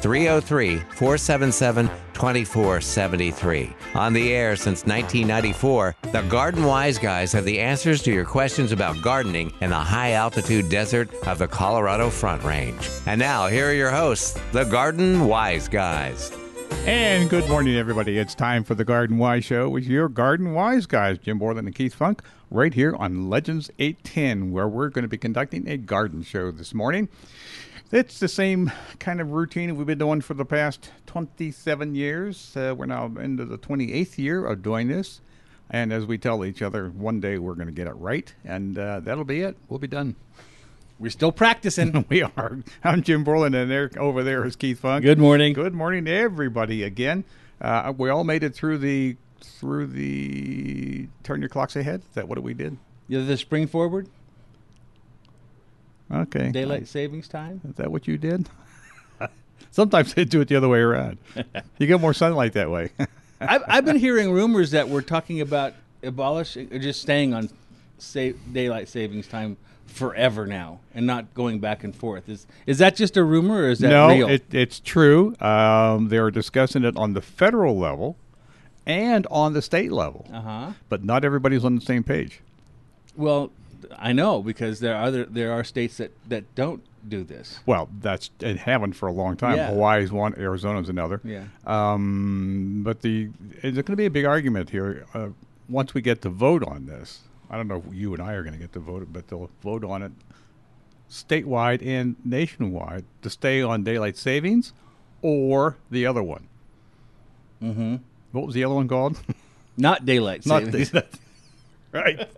303 477 2473. On the air since 1994, the Garden Wise Guys have the answers to your questions about gardening in the high altitude desert of the Colorado Front Range. And now, here are your hosts, the Garden Wise Guys. And good morning, everybody. It's time for the Garden Wise Show with your Garden Wise guys, Jim Borland and Keith Funk, right here on Legends 810, where we're going to be conducting a garden show this morning. It's the same kind of routine we've been doing for the past 27 years. Uh, we're now into the 28th year of doing this. And as we tell each other, one day we're going to get it right, and uh, that'll be it. We'll be done. We're still practicing. we are. I'm Jim Borland, and there over there is Keith Funk. Good morning. Good morning to everybody again. Uh, we all made it through the through the turn your clocks ahead. Is that what we did? You're the spring forward, Okay. daylight savings time. Is that what you did? Sometimes they do it the other way around. You get more sunlight that way. I've, I've been hearing rumors that we're talking about abolishing or just staying on sa- daylight savings time forever now and not going back and forth. Is is that just a rumor or is that no, real? it, it's true. Um, they're discussing it on the federal level and on the state level, uh huh. but not everybody's on the same page. Well, I know because there are other, there are states that that don't do this. Well, that's it happened for a long time. Yeah. Hawaii's one, Arizona's another. Yeah. Um, but the there's going to be a big argument here uh, once we get to vote on this. I don't know if you and I are going to get to vote it, but they'll vote on it statewide and nationwide to stay on daylight savings or the other one. Mm-hmm. What was the other one called? Mm-hmm. Not daylight Not savings. the- right.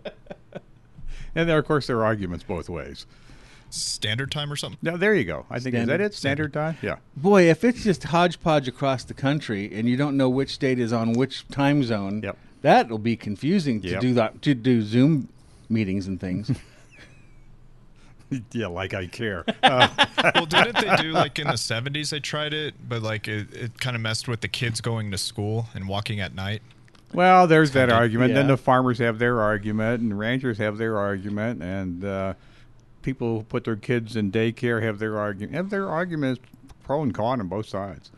and there, of course, there are arguments both ways. standard time or something. Now, there you go. I think is that Standard. it? Standard time? Yeah. Boy, if it's just hodgepodge across the country and you don't know which state is on which time zone, Yep. that'll be confusing to Yep. do that to do Zoom meetings and things. Yeah, like I care. Oh. well, didn't they do like in the seventies? They tried it, but like it, it kind of messed with the kids going to school and walking at night. well, there's that argument. Then Yeah. the farmers have their argument, and ranchers have their argument, and uh, people who put their kids in daycare have their argument. Have their arguments, pro and con on both sides.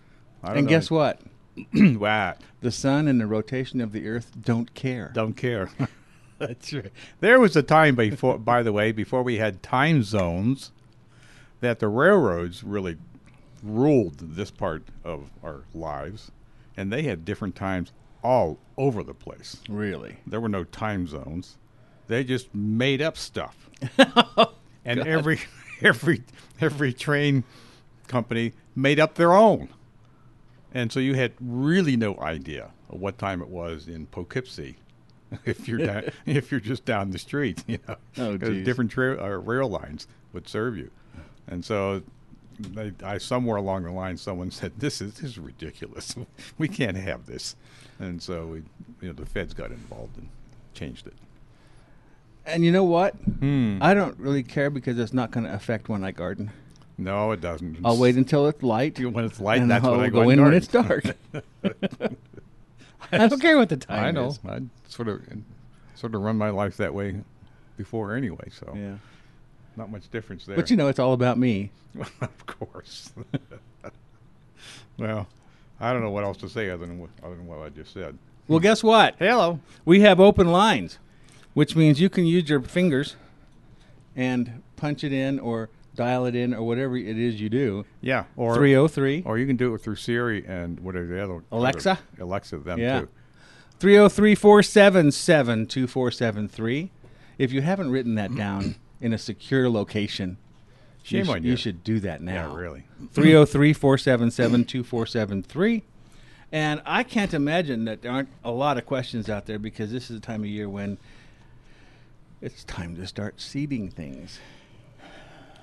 I don't and know. guess what? what? The sun and the rotation of the earth don't care. Don't care. That's right. There was a time before, by the way, before we had time zones, that the railroads really ruled this part of our lives, and they had different times all over the place. Really? There were no time zones. They just made up stuff. and every every every train company made up their own. And so you had really no idea of what time it was in Poughkeepsie if you're down, if you're just down the street, you know. Oh, 'Cause geez. different tra- uh, rail lines would serve you. And so they, I somewhere along the line someone said this is this is ridiculous. we can't have this. And so we you know the feds got involved and changed it. And you know what? Hmm. I don't really care because it's not going to affect when I garden. No, it doesn't. I'll wait until it's light. when it's light, and that's I'll when I go, go and in when garden. it's dark. I don't care what the time I know. is. I sort of sort of run my life that way before anyway, so Yeah. not much difference there. But you know, it's all about me. of course. well, I don't know what else to say other than what, other than what I just said. Well, guess what? Hello. We have open lines, which means you can use your fingers and punch it in or dial it in or whatever it is you do. Yeah, or 303 or you can do it through Siri and whatever the other Alexa? other- Alexa them Yeah. too. 303 477 2473. If you haven't written that down in a secure location, Shame you, sh- on you. you should do that now. Yeah, really. 303 477 2473. And I can't imagine that there aren't a lot of questions out there because this is the time of year when it's time to start seeding things.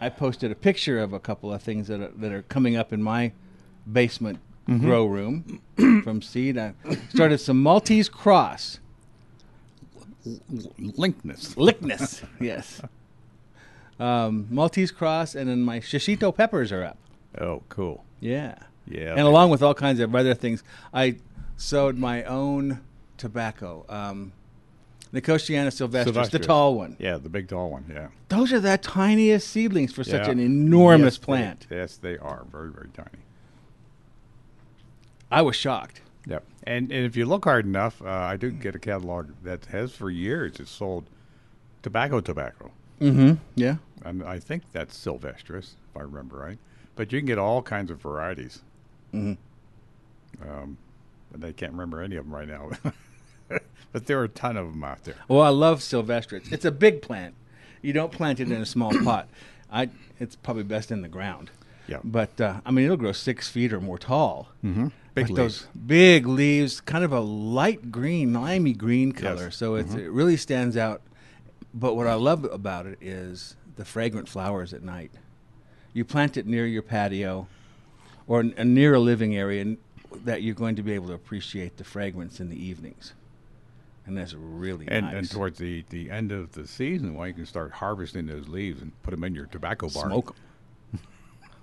I posted a picture of a couple of things that are, that are coming up in my basement grow room from seed. I started some Maltese cross. Linkness. Lickness, yes. Um, Maltese cross, and then my shishito peppers are up. Oh, cool. Yeah. Yeah. And along with all kinds of other things, I sowed my own tobacco. Um, Nicotiana sylvestris, the Sylvestris. tall one. Yeah, the big tall one. Yeah. Those are the tiniest seedlings for such Yeah. an enormous Yes, they- plant. yes, they are very, very tiny. I was shocked. Yep. And, and if you look hard enough, uh, I do get a catalog that has for years it's sold tobacco, tobacco. Yeah. And I think that's Sylvestris, if I remember right. But you can get all kinds of varieties. Mm-hmm. Um, and I can't remember any of them right now. but there are a ton of them out there. Well, Oh, I love sylvestris. It's a big plant. You don't plant it in a small pot. I. It's probably best in the ground. Yeah. But uh, I mean, it'll grow six feet or more tall. Mm-hmm. Big like those big leaves, kind of a light green, limey green color. So Mm-hmm. it's, it really stands out. But what I love about it is the fragrant flowers at night. You plant it near your patio, or n- uh, near a living area n- that you're going to be able to appreciate the fragrance in the evenings. And that's really And, nice. and towards the, the end of the season, well, you can start harvesting those leaves and put them in your tobacco barn. Smoke 'em.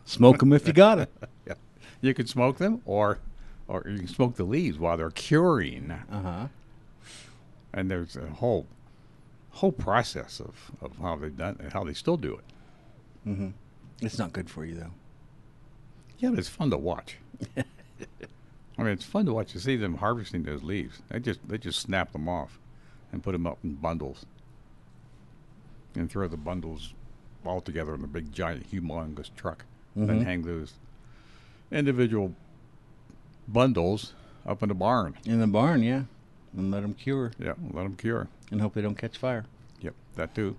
Smoke 'em if you got it. Yeah. You can smoke them or or you can smoke the leaves while they're curing. Uh-huh. And there's a whole whole process of, of how they've done how they still do it. Mm-hmm. It's not good for you though. Yeah, but it's fun to watch. I mean, it's fun to watch to see them harvesting those leaves. They just they just snap them off and put them up in bundles and throw the bundles all together in a big giant humongous truck and Mm-hmm. then hang those individual bundles up in the barn. In the barn, yeah, and let them cure Yeah, let them cure. and hope they don't catch fire. Yep, that too.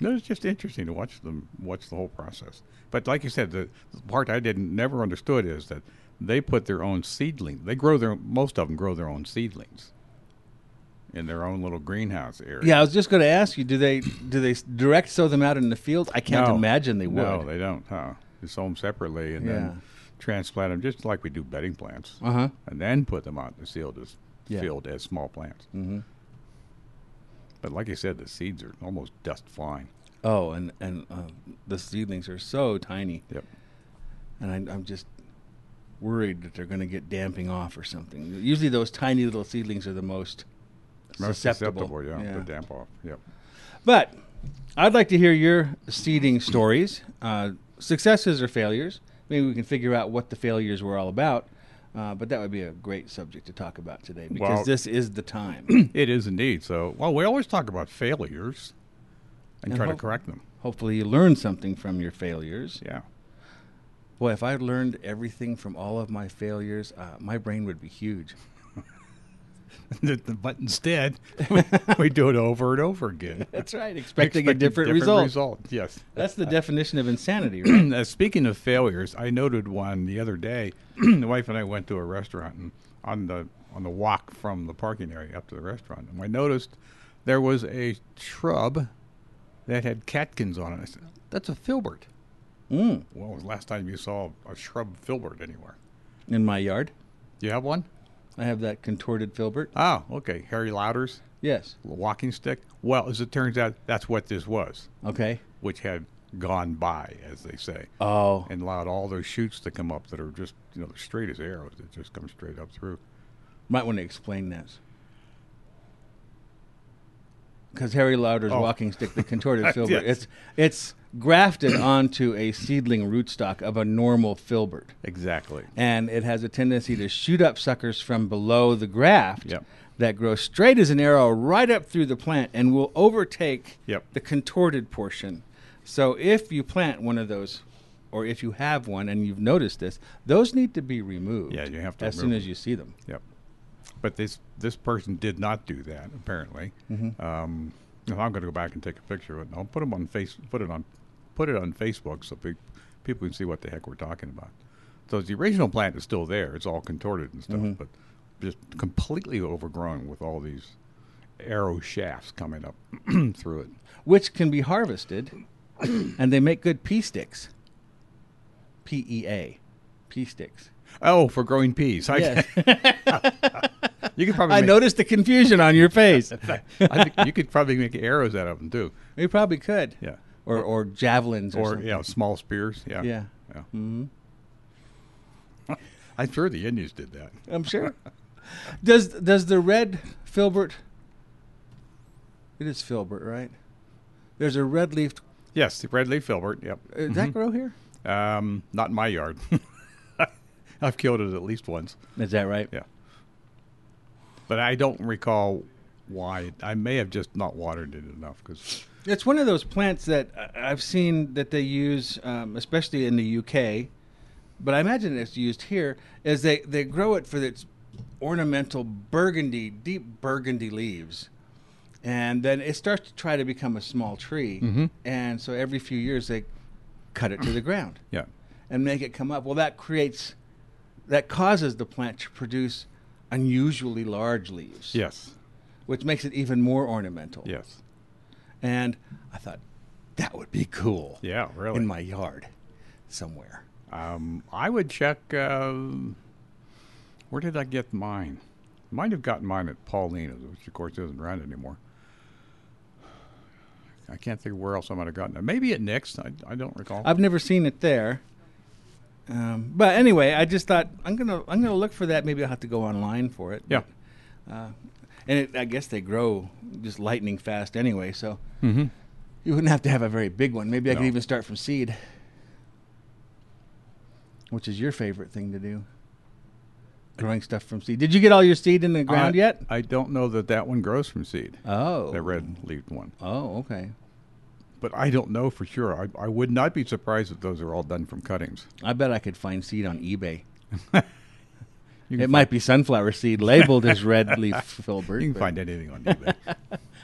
No, it's just interesting to watch them watch the whole process. But like you said, the, the part I didn't never understood is that they put their own seedlings. They grow their most of them grow their own seedlings in their own little greenhouse area. Yeah, I was just going to ask you: Do they do they s- direct sow them out in the field? I can't No. imagine they would. No, they don't. Huh? They sow them separately and Yeah. then transplant them just like we do bedding plants, uh huh. and then put them out in the field as Yeah. field as small plants. Mm-hmm. But like you said, the seeds are almost dust flying. Oh, and and uh, the seedlings are so tiny, Yep. and I, I'm just worried that they're going to get damping off or something. Usually, those tiny little seedlings are the most, Most susceptible. susceptible, yeah, to damp off. Yep. But I'd like to hear your seeding stories, uh, successes or failures. Maybe we can figure out what the failures were all about. Uh, but that would be a great subject to talk about today because Well- this is the time. It is indeed. So, well, we always talk about failures and, And try to hope- correct them. Hopefully, you learn something from your failures. Yeah. Boy, if I learned everything from all of my failures, uh, my brain would be huge. but instead, we do it over and over again. That's right, expecting a different, result. result. Yes. That's the definition of insanity, right? Uh, speaking of failures, I noted one the other day. the wife and I went to a restaurant and on the on the walk from the parking area up to the restaurant, and I noticed there was a shrub that had catkins on it. I said, "That's a filbert." Mm, When was the last time you saw a shrub filbert anywhere? in my yard, You have one? I have that contorted filbert. Oh, okay. Harry Lauder's Yes. walking stick. Well, as it turns out, that's what this was, Okay. which had gone by, as they say, Oh. and allowed all those shoots to come up that are just, you know, they're straight as arrows that just come straight up through. Might want to explain this. Because Harry Lauder's Oh. walking stick, the contorted filbert, Yes. it's it's grafted onto a seedling rootstock of a normal filbert, Exactly. and it has a tendency to shoot up suckers from below the graft Yep. that grow straight as an arrow right up through the plant and will overtake Yep. the contorted portion. So if you plant one of those, or if you have one and you've noticed this, those need to be removed. Yeah, you have to as remove soon them. as you see them. Yep. But this this person did not do that apparently. Mm-hmm. Um, and I'm going to go back and take a picture of it. And I'll put 'em on face put it on put it on Facebook so pe- people can see what the heck we're talking about. So the original plant is still there. It's all contorted and stuff, Mm-hmm. but just completely overgrown with all these arrow shafts coming up through it. which can be harvested, and they make good pea sticks. P E A, pea sticks. Oh, for growing peas. I, Yes. You could probably I make, noticed the confusion on your face. I think you could probably make arrows out of them too. we probably could. Yeah. Or or javelins or, Or something. yeah, small spears. Yeah. Yeah. Mm-hmm. Yeah. I'm sure the Indians did that. I'm sure. does does the red filbert? It is filbert, right? There's a red leafed. Yes, the red leaf filbert. Yep. Mm-hmm. Uh, Does that grow here? Um, not in my yard. I've killed it at least once. Is that right? Yeah. But I don't recall why. I may have just not watered it enough because It's one of those plants that I- I've seen that they use, um, especially in the UK, but I imagine it's used here. Is they they grow it for its ornamental burgundy, deep burgundy leaves, and then it starts to try to become a small tree. And so every few years they cut it to the ground yeah, and make it come up. Well, that creates that causes the plant to produce unusually large leaves, yes, which makes it even more ornamental yes, and I thought that would be cool. yeah. Really. in my yard somewhere. Um, I would check. um where did I get mine? Might have gotten mine at Paulina's, which of course isn't around anymore. I can't think of where else I might have gotten it. Maybe at Nick's. I, I don't recall. I've never seen it there. Um, but anyway, I just thought I'm gonna I'm gonna look for that. Maybe I'll have to go online for it. Uh, yeah. and it, I guess they grow just lightning fast anyway. So you wouldn't have to have a very big one. Maybe I could No. even start from seed, which is your favorite thing to do. Growing stuff from seed. Did you get all your seed in the ground I, yet? I don't know that that one grows from seed. Oh. the red leaved one. Oh, okay. But I don't know for sure. I, I would not be surprised if those are all done from cuttings. I bet I could find seed on eBay. You It can might be sunflower seed labeled as red leaf filbert. find, you can but find anything on eBay.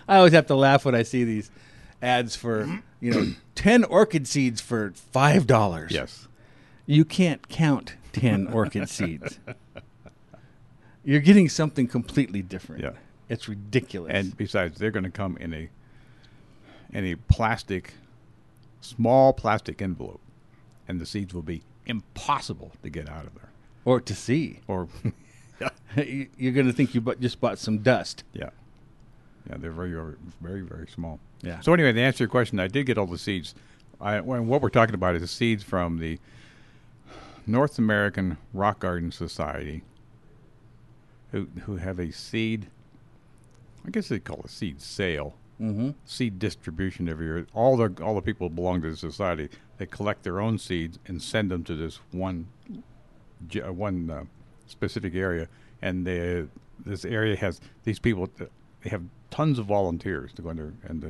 I always have to laugh when I see these ads for you know ten orchid seeds for five dollars. yes. you can't count ten orchid seeds. You're getting something completely different. Yeah. it's ridiculous. And besides, they're going to come in a in a plastic, small plastic envelope, and the seeds will be impossible to get out of there. or to see, Or You- you're going to think you bu- just bought some dust. yeah, yeah, they're very, very, very, very small. Yeah. So anyway, to answer your question, I did get all the seeds. I, when, what we're talking about is the seeds from the North American Rock Garden Society, who who have a seed. I guess they call it a seed sale. Mm-hmm. seed distribution every year. All the all the people who belong to the society. They collect their own seeds and send them to this one ge- uh, one uh, specific area. And the this area has these people. that- They have tons of volunteers to go in there and to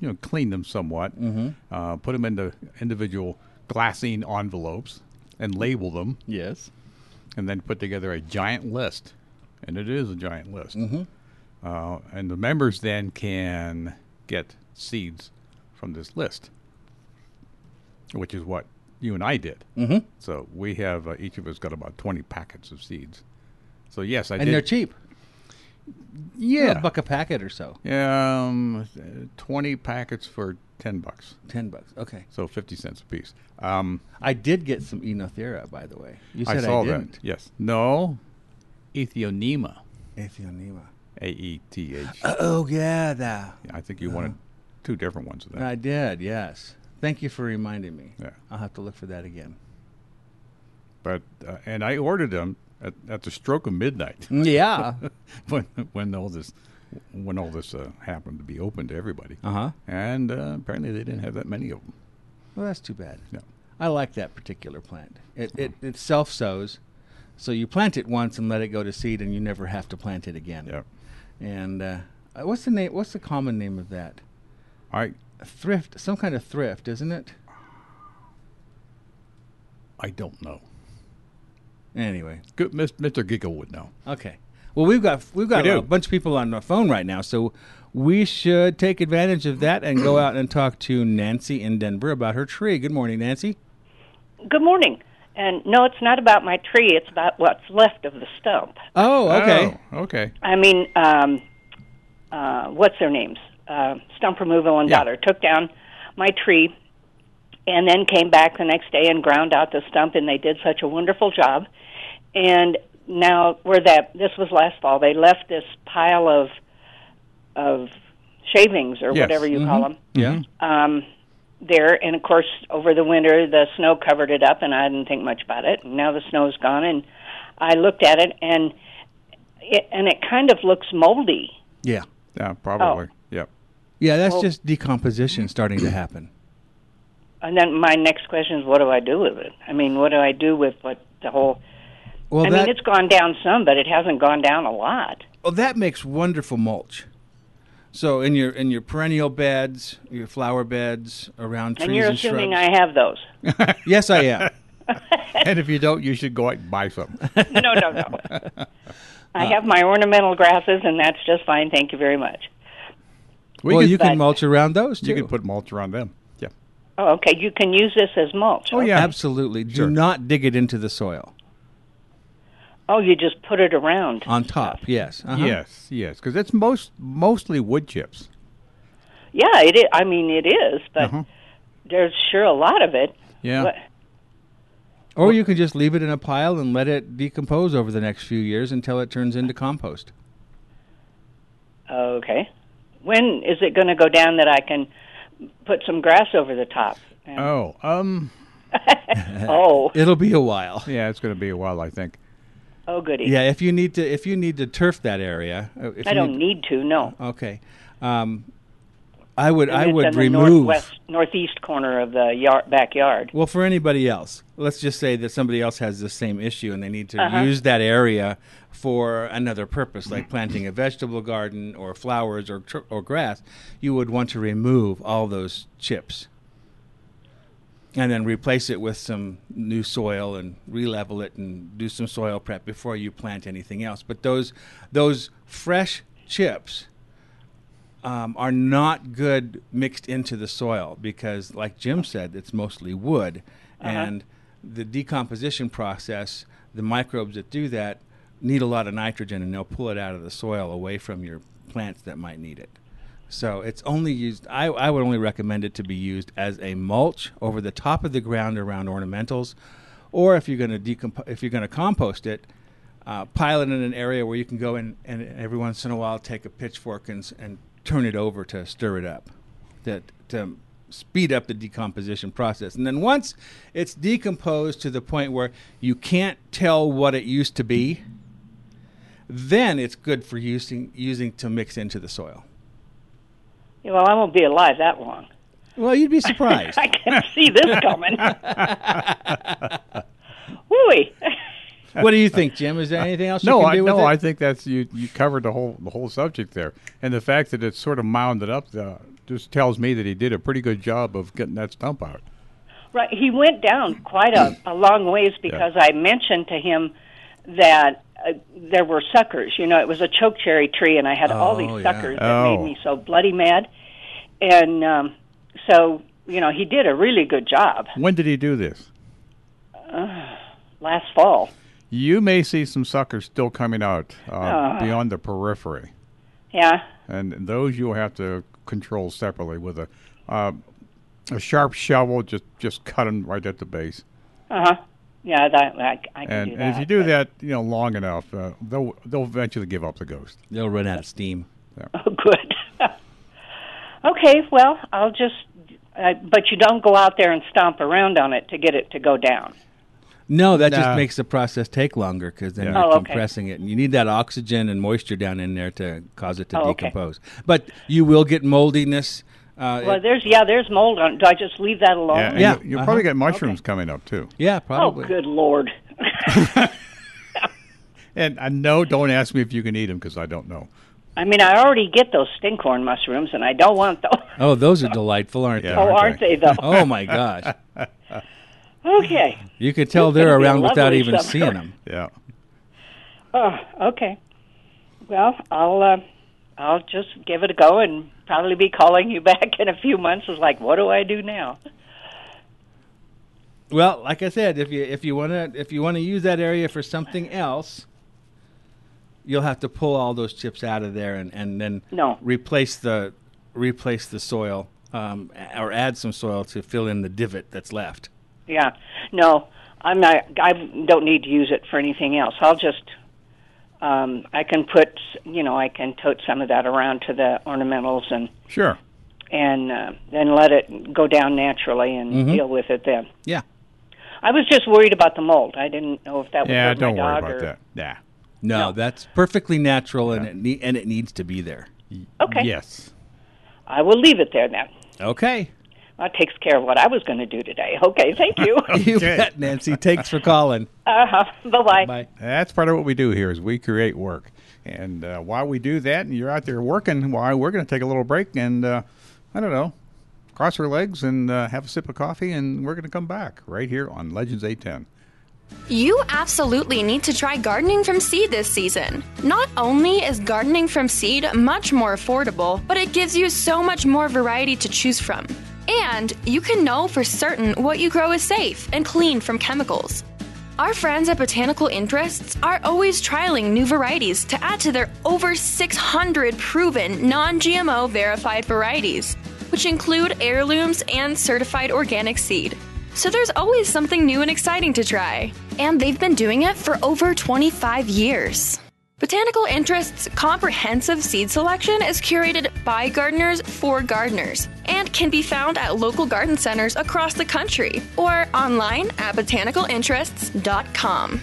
you know clean them somewhat, Mm-hmm. uh, put them into individual glassine envelopes and label them, Yes. and then put together a giant list. And it is a giant list. Mm-hmm. Uh, and the members then can get seeds from this list, which is what you and I did. Mm-hmm. So we have uh, each of us got about twenty packets of seeds. So yes, I And did. they're cheap. yeah, a buck a packet or so. um, uh, twenty packets for ten bucks, Ten bucks. Okay. so fifty cents a piece. Um, I did get some Enothera, by the way. You said I, I saw didn't. that. Yes, no, Ethionema, Ethionema. A E T H. Oh yeah, that. I think you wanted Uh-huh. two different ones of that. I did. Yes. Thank you for reminding me. Yeah. I'll have to look for that again. but uh, and I ordered them at, at the stroke of midnight Mm, Yeah. when when all this when all this uh, happened to be open to everybody, uh huh. and uh, apparently they didn't have that many of them. Well, that's too bad. Yeah. I like that particular plant. It it, it self sows, so you plant it once and let it go to seed, and you never have to plant it again. Yeah, And uh, uh, what's the name? What's the common name of that? I Thrift. Some kind of thrift, isn't it? I don't know. Anyway. Good, Mis- Mr. Giggle would know. Okay. Well, we've got we've got We do. a bunch of people on the phone right now, so we should take advantage of that and go out and talk to Nancy in Denver about her tree. Good morning, Nancy. Good morning. And no, it's not about my tree. It's about what's left of the stump. Oh, okay. Oh, okay. I mean, um, uh, what's their names? Uh, stump removal and Yeah. daughter took down my tree, and then came back the next day and ground out the stump. And they did such a wonderful job. And now where that this was last fall they left this pile of of shavings Yes. or Mm-hmm. whatever Mm-hmm. you call 'em. call Yeah. them um there and of course over the winter the snow covered it up and I didn't think much about it and now the snow's gone and I looked at it and it and it kind of looks moldy Yeah. Yeah, probably. Yep. Yeah, that's Oh. Well- just decomposition starting to happen. and then my next question is what do I do with it I mean what do I do with what the whole Well, I that, mean it's gone down some but it hasn't gone down a lot well, that makes wonderful mulch. So in your in your perennial beds, your flower beds around trees and you're assuming shrubs. I have those yes, I Uh, am. and if you don't, you should go out and buy some. no, no, no. I have my ornamental grasses, and that's just fine. Thank you very much. We well, could- you but- can mulch around those too. you could put mulch around them. Yeah. Oh, okay. You can use this as mulch. Oh yeah. Absolutely. Do not dig it into the soil. Oh, you just put it around. On top, yes. Uh-huh. Yes, yes, because it's most mostly wood chips. Yeah, it. Is, I mean, it is, but Mm-hmm. there's sure a lot of it. Yeah. But- Or you can just leave it in a pile and let it decompose over the next few years until it turns into compost. okay. When is it going to go down that I can put some grass over the top? And- Oh, um, Uh, oh, It'll be a while. yeah, it's going to be a while, I think. oh, goody. Yeah, if you need to if you need to turf that area. uh, If I you don't need to. No. Okay. Um, I would And I it's would in the remove northwest, northeast corner of the yard, backyard. Well, for anybody else, let's just say that somebody else has the same issue and they need to Uh-huh. use that area for another purpose, like planting a vegetable garden or flowers or, tr- or grass. You would want to remove all those chips and then replace it with some new soil and re-level it and do some soil prep before you plant anything else. But those those fresh chips um, are not good mixed into the soil because, like Jim said, it's mostly wood, and the decomposition process, the microbes that do that need a lot of nitrogen, and they'll pull it out of the soil away from your plants that might need it. So it's only used. I, I would only recommend it to be used as a mulch over the top of the ground around ornamentals, or if you're going to decomp- if you're going to compost it, uh, pile it in an area where you can go in and every once in a while take a pitchfork and, s- and turn it over to stir it up that to speed up the decomposition process and then once it's decomposed to the point where you can't tell what it used to be then it's good for using using to mix into the soil Well, I won't be alive that long. well you'd be surprised I can see this coming. Wooey. what do you think jim is there anything else No, you can I do no, with it I think that's you. You covered the whole the whole subject there, and the fact that it's sort of mounded up uh, just tells me that he did a pretty good job of getting that stump out. Right. He went down quite a, a long ways because I mentioned to him that uh, there were suckers. You know, it was a chokecherry tree, and I had all Oh, these yeah. suckers that Oh. made me so bloody mad. And um, so, you know, he did a really good job uh, When did he do this? last fall. You may see some suckers still coming out uh, beyond the periphery. Yeah. and those you'll have to control separately with a uh, a sharp shovel. Just just cut them right at the base, uh-huh. Yeah, that, I, I can and, do that. and if you do that, you know, long enough, uh, they'll they'll eventually give up the ghost. they'll run out of steam Oh, good. okay, well, I'll just. Uh, but you don't go out there and stomp around on it to get it to go down. No, that No. just makes the process take longer because then Yeah. you're Oh, okay. compressing it, and you need that oxygen and moisture down in there to cause it to Oh, okay. decompose. But you will get moldiness. Uh, Well, it- there's yeah, there's mold on. it. Do I just leave that alone? and Yeah, Uh-huh. you, will probably get mushrooms coming up too. yeah, Oh, probably. good lord. And I know, don't ask me if you can eat them because I don't know. I mean, I already get those stinkhorn mushrooms, and I don't want those. Oh, those are delightful, aren't Yeah. they? Oh, aren't aren't they? they though? Oh my gosh, Okay. you could tell It's gonna they're be a around without lovely even summer. seeing them. Yeah, Oh, okay. Well, I'll uh, I'll just give it a go, and probably be calling you back in a few months. Is like, what do I do now? Well, like I said, if you if you want to if you want to use that area for something else, you'll have to pull all those chips out of there and and then No. replace the replace the soil um, a- or add some soil to fill in the divot that's left. Yeah. No, I'm not. I don't need to use it for anything else. I'll just um, I can put, you know, I can tote some of that around to the ornamentals and Sure. and uh, then let it go down naturally and Mm-hmm. deal with it then. Yeah. I was just worried about the mold. I didn't know if that was Yeah, with my don't worry dog about or- that. Yeah. No, that's perfectly natural, and it ne- and it needs to be there. Okay, Yes. I will leave it there then. Okay. That takes care of what I was going to do today. Okay, thank you. You bet, Nancy. Thanks for calling. uh-huh. Bye-bye. Bye. That's part of what we do here is we create work. And uh, while we do that, and you're out there working, why we're going to take a little break and uh, I don't know, cross our legs and uh, have a sip of coffee, and we're going to come back right here on Legends 810. You absolutely need to try gardening from seed this season. Not only is gardening from seed much more affordable, but it gives you so much more variety to choose from. And you can know for certain what you grow is safe and clean from chemicals. Our friends at Botanical Interests are always trialing new varieties to add to their over 600 proven non GMO verified varieties, which include heirlooms and certified organic seed. So there's always something new and exciting to try. And they've been doing it for over 25 years. Botanical Interest's comprehensive seed selection is curated by gardeners for gardeners and can be found at local garden centers across the country or online at botanicalinterests.com.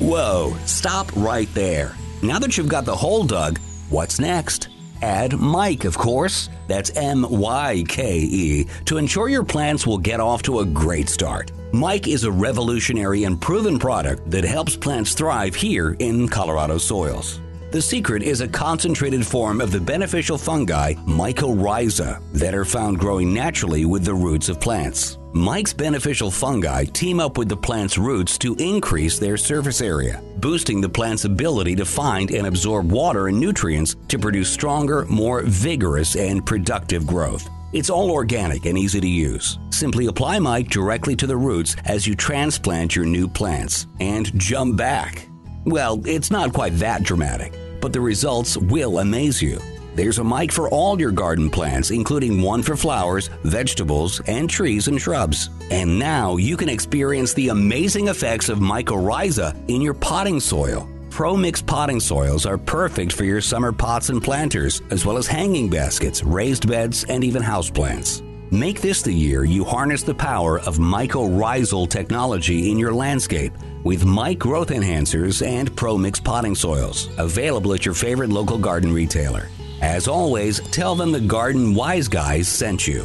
Whoa, stop right there. Now that you've got the hole dug, what's next? Add Mike, of course. That's M Y K E, to ensure your plants will get off to a great start. Mike is a revolutionary and proven product that helps plants thrive here in Colorado soils. The secret is a concentrated form of the beneficial fungi mycorrhiza that are found growing naturally with the roots of plants. Mike's beneficial fungi team up with the plant's roots to increase their surface area, boosting the plant's ability to find and absorb water and nutrients to produce stronger, more vigorous, and productive growth. It's all organic and easy to use. Simply apply Mike directly to the roots as you transplant your new plants and jump back. Well, it's not quite that dramatic, but the results will amaze you. There's a mic for all your garden plants, including one for flowers, vegetables, and trees and shrubs. And now you can experience the amazing effects of mycorrhiza in your potting soil. ProMix potting soils are perfect for your summer pots and planters, as well as hanging baskets, raised beds, and even houseplants. Make this the year you harness the power of mycorrhizal technology in your landscape with Mike Growth Enhancers and ProMix potting soils, available at your favorite local garden retailer. As always, tell them the Garden Wise Guys sent you.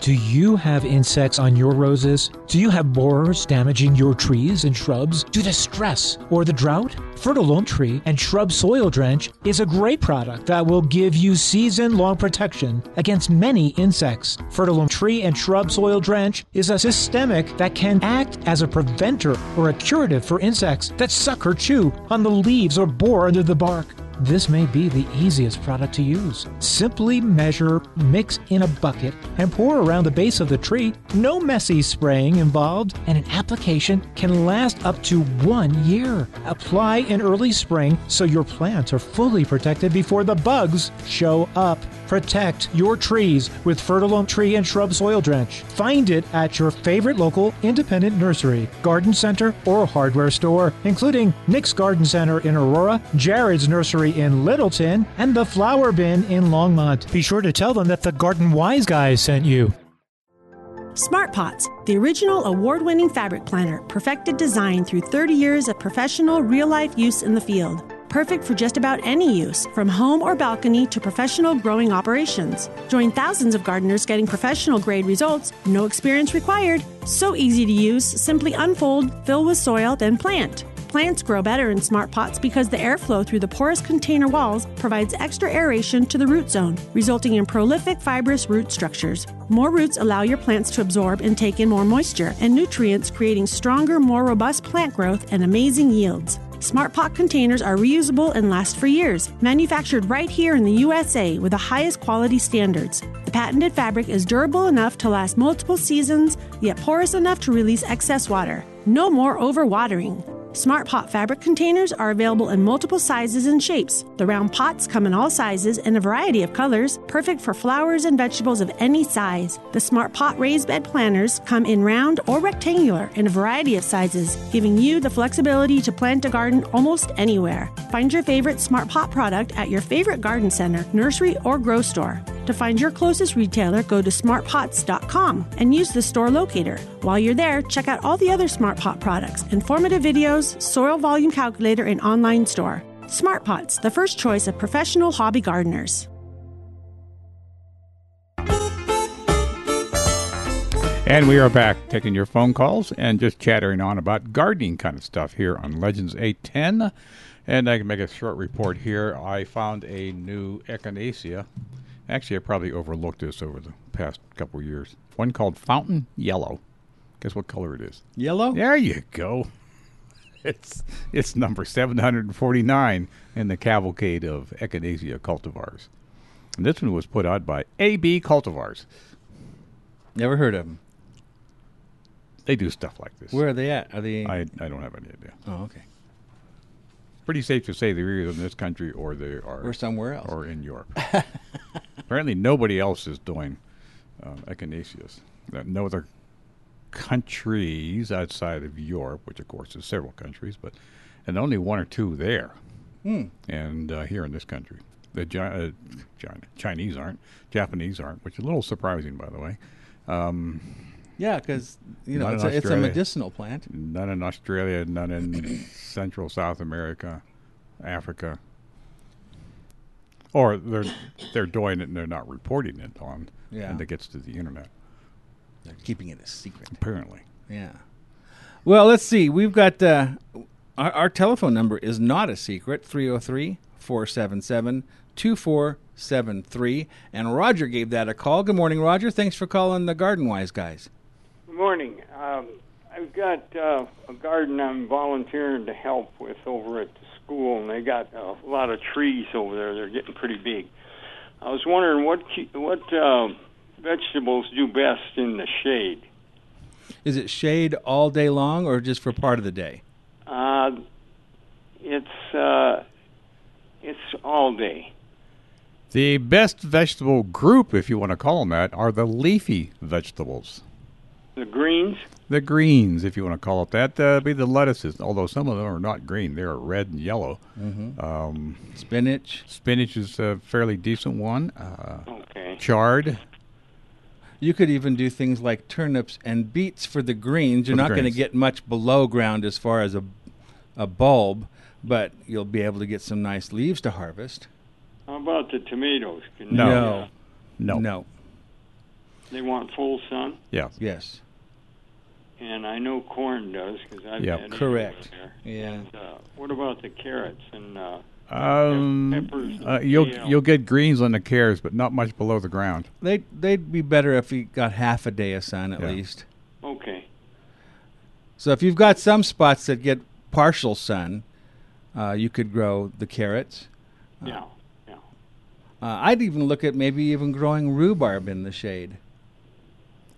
Do you have insects on your roses? Do you have borers damaging your trees and shrubs due to stress or the drought? Fertilome Tree and Shrub Soil Drench is a great product that will give you season long protection against many insects. Fertilome Tree and Shrub Soil Drench is a systemic that can act as a preventer or a curative for insects that suck or chew on the leaves or bore under the bark. This may be the easiest product to use. Simply measure, mix in a bucket, and pour around the base of the tree. No messy spraying involved, and an application can last up to one year. Apply in early spring so your plants are fully protected before the bugs show up. Protect your trees with Fertilome Tree and Shrub Soil Drench. Find it at your favorite local independent nursery, garden center, or hardware store, including Nick's Garden Center in Aurora, Jared's Nursery in Littleton, and the Flower Bin in Longmont. Be sure to tell them that the Garden Wise Guys sent you. Smart Pots, the original award winning fabric planner, perfected design through 30 years of professional real life use in the field. Perfect for just about any use, from home or balcony to professional growing operations. Join thousands of gardeners getting professional grade results, no experience required. So easy to use, simply unfold, fill with soil, then plant. Plants grow better in smart pots because the airflow through the porous container walls provides extra aeration to the root zone, resulting in prolific fibrous root structures. More roots allow your plants to absorb and take in more moisture and nutrients, creating stronger, more robust plant growth and amazing yields. Smart pot containers are reusable and last for years, manufactured right here in the USA with the highest quality standards. The patented fabric is durable enough to last multiple seasons, yet porous enough to release excess water. No more overwatering. Smart Pot fabric containers are available in multiple sizes and shapes. The round pots come in all sizes and a variety of colors, perfect for flowers and vegetables of any size. The Smart Pot raised bed planners come in round or rectangular in a variety of sizes, giving you the flexibility to plant a garden almost anywhere. Find your favorite Smart Pot product at your favorite garden center, nursery, or grow store. To find your closest retailer, go to smartpots.com and use the store locator. While you're there, check out all the other Smart Pot products, informative videos, soil volume calculator, and online store. Smart Pots, the first choice of professional hobby gardeners. And we are back taking your phone calls and just chattering on about gardening kind of stuff here on Legends 810. And I can make a short report here. I found a new echinacea. Actually, I probably overlooked this over the past couple of years. One called Fountain Yellow. Guess what color it is? Yellow? There you go. It's it's number 749 in the cavalcade of echinacea cultivars. And this one was put out by AB Cultivars. Never heard of them. They do stuff like this. Where are they at? Are they? I, I don't have any idea. oh, okay. Pretty safe to say they're either in this country or they are Or somewhere else. or in Europe. Apparently, nobody else is doing um, echinaceas. Uh, No other countries outside of Europe, which of course is several countries, but and only one or two there, Hmm. and uh, here in this country, the Gi- uh, China, Chinese aren't, Japanese aren't, which is a little surprising, by the way. Um, yeah, because you know Not it's in a, it's a Australia. medicinal plant. None in Australia, none in Central South America, Africa. Or they're they're doing it and they're not reporting it on, Yeah. and it gets to the internet. They're keeping it a secret. Apparently, Yeah. Well, let's see. We've got uh, our, our telephone number is not a secret 303 477 2473. And Roger gave that a call. Good morning, Roger. Thanks for calling the Garden Wise guys. Good morning. Um, I've got uh, a garden I'm volunteering to help with over at the school, and they got a lot of trees over there. They're getting pretty big. I was wondering what ke- what uh, vegetables do best in the shade. Is it shade all day long or just for part of the day? Uh, it's uh, it's all day. the best vegetable group, if you want to call them that, are the leafy vegetables, The greens. the greens, if you want to call it that. Uh, be the lettuces, although some of them are not green; they are red and yellow. Mm-hmm. Um, Spinach. Spinach is a fairly decent one. Uh, Okay. chard, You could even do things like turnips and beets for the greens. You're the not going to greens. get much below ground as far as a, a bulb, but you'll be able to get some nice leaves to harvest. How about the tomatoes? Can No. they, No. no, No. they want full sun, yeah, Yes. and I know corn does because I've Yeah, had it correct. over there. Yeah. And, uh, what about the carrots and? Uh, Um, Peppers, uh, you'll kale. you'll get greens on the cares, but not much below the ground. They'd they'd be better if you got half a day of sun at Yeah. least. Okay. So if you've got some spots that get partial sun, uh, you could grow the carrots. Yeah. Yeah. Uh, I'd even look at maybe even growing rhubarb in the shade.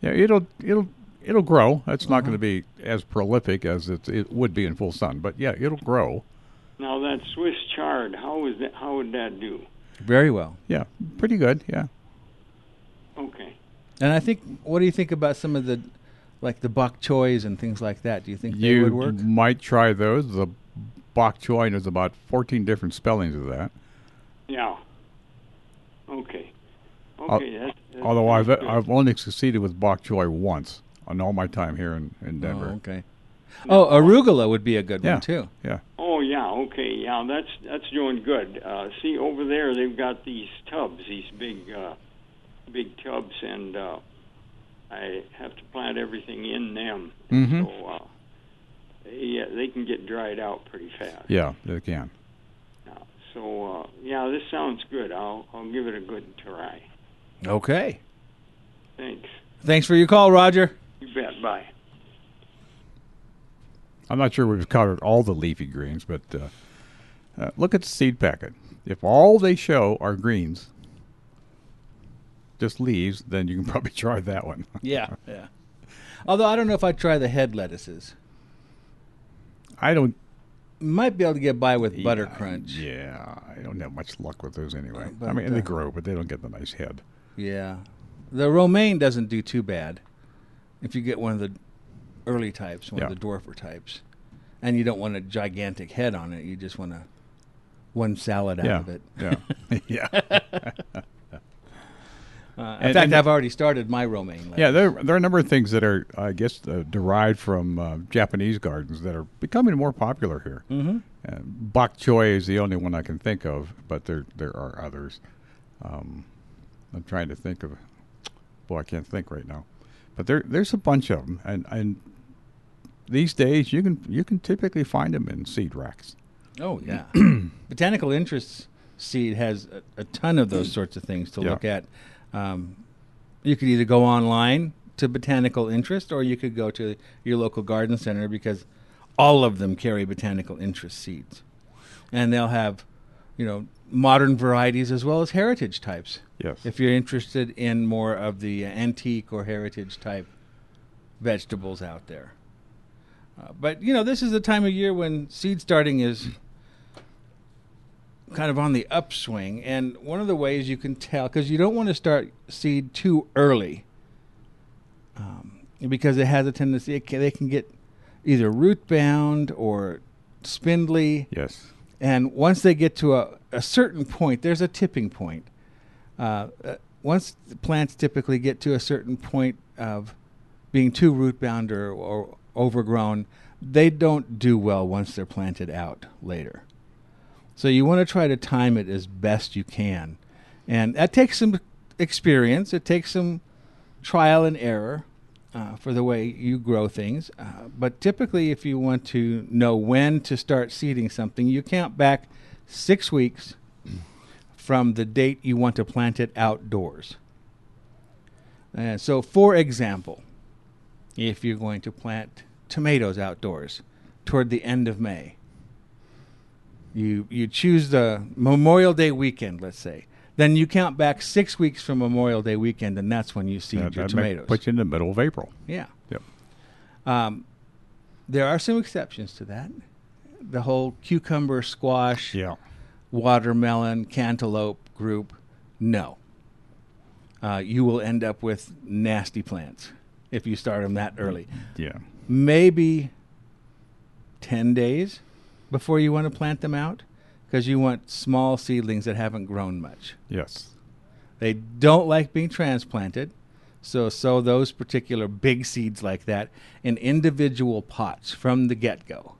Yeah, it'll it'll it'll grow. It's not Uh-huh. going to be as prolific as it it would be in full sun, but yeah, it'll grow. Now that Swiss chard, how is that? How would that do? Very well. Yeah, pretty good. Yeah, Okay. And I think what do you think about some of the like the bok choys and things like that? Do you think they you would work? might try those. The bok choy there's about fourteen different spellings of that. Yeah. Okay. Okay. that's, that's Although I've good. I've only succeeded with bok choy once on all my time here in in Oh, Denver. okay. Oh, arugula would be a good Yeah, one too. Yeah, Oh yeah. Okay. Yeah. That's that's doing good. Uh, see over there, they've got these tubs, these big, uh, big tubs, and uh, I have to plant everything in them. Mhm. So uh, yeah, they can get dried out pretty fast. yeah, they can. now. So uh, yeah, this sounds good. I'll I'll give it a good try. Okay. Thanks. Thanks for your call, Roger. You bet. Bye. I'm not sure we've covered all the leafy greens, but uh, uh, look at the seed packet. If all they show are greens, just leaves, then you can probably try that one. Yeah. Yeah. Although I don't know if I'd try the head lettuces. I don't might be able to get by with butter crunch. Yeah, I don't have much luck with those anyway. I but, mean, uh, they grow, but they don't get the nice head. Yeah. The romaine doesn't do too bad if you get one of the early types, one Yeah. of the dwarfer types. And you don't want a gigantic head on it. You just want a one salad out yeah, of it. yeah, yeah, Uh, in And- fact, and- I've already started my romaine. lettuce. yeah. There, there are a number of things that are, I guess, uh, derived from uh, Japanese gardens that are becoming more popular here. Mm-hmm. Uh, bok choy is the only one I can think of, but there, there are others. Um, I'm trying to think of. Boy, I can't think right now, but there, there's a bunch of them, and and these days you can you can typically find them in seed racks. Oh yeah, botanical interests seed has a, a ton of those sorts of things to Yeah. look at. Um, you could either go online to botanical interest, or you could go to your local garden center because all of them carry botanical interest seeds, and they'll have, you know, modern varieties as well as heritage types. Yes. If you're interested in more of the antique or heritage type vegetables out there. Uh, but you know, this is the time of year when seed starting is kind of on the upswing, and one of the ways you can tell because you don't want to start seed too early, um, because it has a tendency it can, they can get either root bound or spindly. Yes. And once they get to a, a certain point, there's a tipping point. Uh, uh, once the plants typically get to a certain point of being too root bound or, or overgrown, they don't do well once they're planted out later. So you want to try to time it as best you can. And that takes some experience, it takes some trial and error uh, for the way you grow things. Uh, but typically, if you want to know when to start seeding something, you count back six weeks from the date you want to plant it outdoors. Uh, so, for example, if you're going to plant tomatoes outdoors toward the end of May, you you choose the Memorial Day weekend, let's say. Then you count back six weeks from Memorial Day weekend, and that's when you seed That- your that may- tomatoes. Puts you in the middle of April. yeah. Yep. um, There are some exceptions to that. The whole cucumber, squash, Yeah. watermelon, cantaloupe group, no. Uh, you will end up with nasty plants if you start them that early. Yeah. Maybe 10 days before you want to plant them out because you want small seedlings that haven't grown much. Yes. They don't like being transplanted, so sow those particular big seeds like that in individual pots from the get go,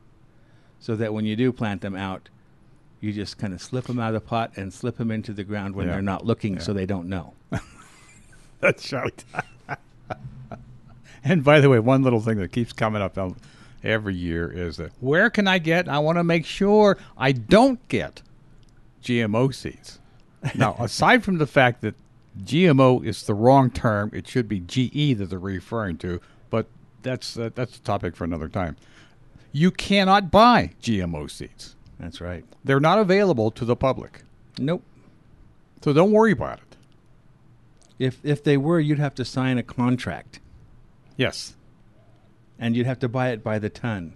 so that when you do plant them out, you just kind of slip them out of the pot and slip them into the ground when Yeah. they're not looking, so they don't know. That's right. and by the way, one little thing that keeps coming up um, every year is that where can I get? I want to make sure I don't get GMO seeds. Now, aside from the fact that GMO is the wrong term, it should be GE that they're referring to, but that's uh, that's a topic for another time. You cannot buy GMO seeds. That's right. They're not available to the public. Nope. So don't worry about it. If if they were, you'd have to sign a contract, Yes. and you'd have to buy it by the ton.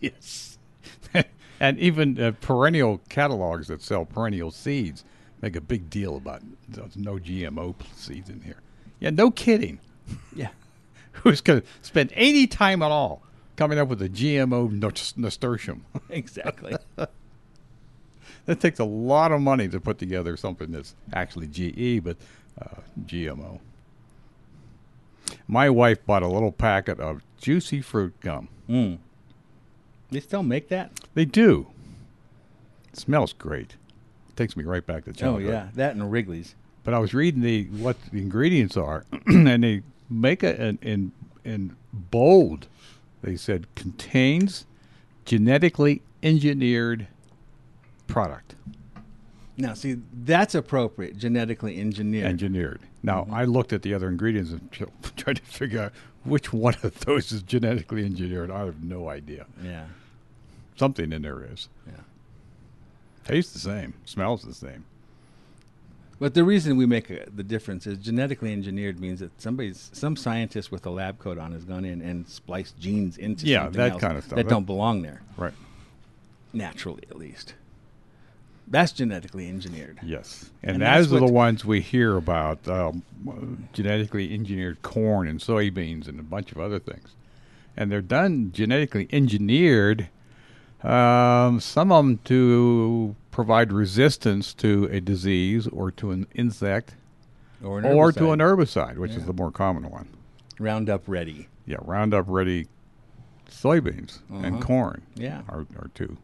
Yes. and even uh, perennial catalogs that sell perennial seeds make a big deal about there's no GMO pl- seeds in here. Yeah, no kidding. yeah. Who's going to spend any time at all coming up with a GMO nut- nasturtium? Exactly. that takes a lot of money to put together something that's actually GE, but uh, GMO. My wife bought a little packet of juicy fruit gum. Mm. they still make that. They do. It smells great. Takes me right back to Oh childhood. yeah, that and Wrigley's. But I was reading the what the ingredients are, and they make it in, in in bold. They said contains genetically engineered product. Now, see, that's appropriate. Genetically engineered. Mm-hmm. Engineered. Now I looked at the other ingredients and tr- tried to figure out which one of those is genetically engineered. I have no idea. yeah. Something in there is. Yeah. Tastes the same. Smells the same. But the reason we make a, the difference is genetically engineered means that somebody's some scientist with a lab coat on has gone in and spliced genes into Yeah, something that else kind of stuff. that That- don't belong there. Right. naturally at least. That's genetically engineered. Yes, And and, those that's are the what- ones we hear about: um, uh, genetically engineered corn and soybeans and a bunch of other things. And they're done genetically engineered. Um, some of them to provide resistance to a disease or to an insect Or, an or to herbicide. an herbicide, which is the more common one. Roundup Ready. Yeah, Roundup Ready soybeans and corn. Uh-huh. Yeah. are, are two.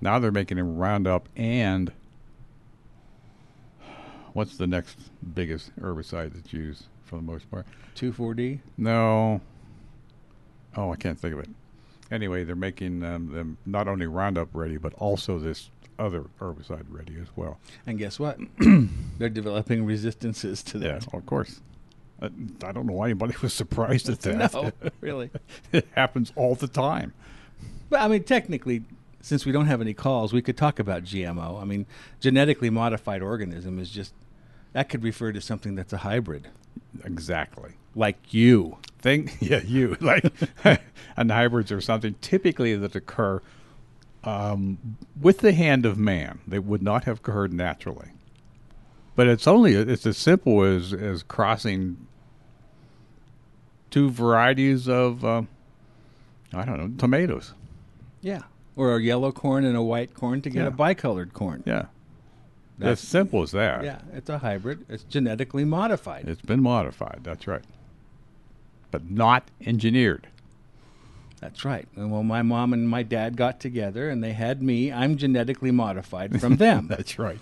Now they're making them Roundup and what's the next biggest herbicide that's used for the most part? 2,4-D. No. Oh, I can't think of it. Anyway, they're making um, them not only Roundup Ready but also this other herbicide ready as well. And guess what? They're developing resistances to Yeah, that. of course. Uh, I don't know why anybody was surprised at that. No, really. it happens all the time. But I mean, technically, since we don't have any calls, we could talk about GMO. I mean, genetically modified organism is just that could refer to something that's a hybrid, Exactly. like you. thing. Yeah, you like and hybrids or something typically that occur um, with the hand of man. They would not have occurred naturally. But it's only it's as simple as as crossing two varieties of um, I don't know tomatoes. Yeah. Or a yellow corn and a white corn to get Yeah. a bicolored corn. Yeah, That's- as simple as that. Yeah, it's a hybrid. It's genetically modified. it's been modified. That's right, but not engineered. That's right. And well, my mom and my dad got together and they had me. I'm genetically modified from them. That's right.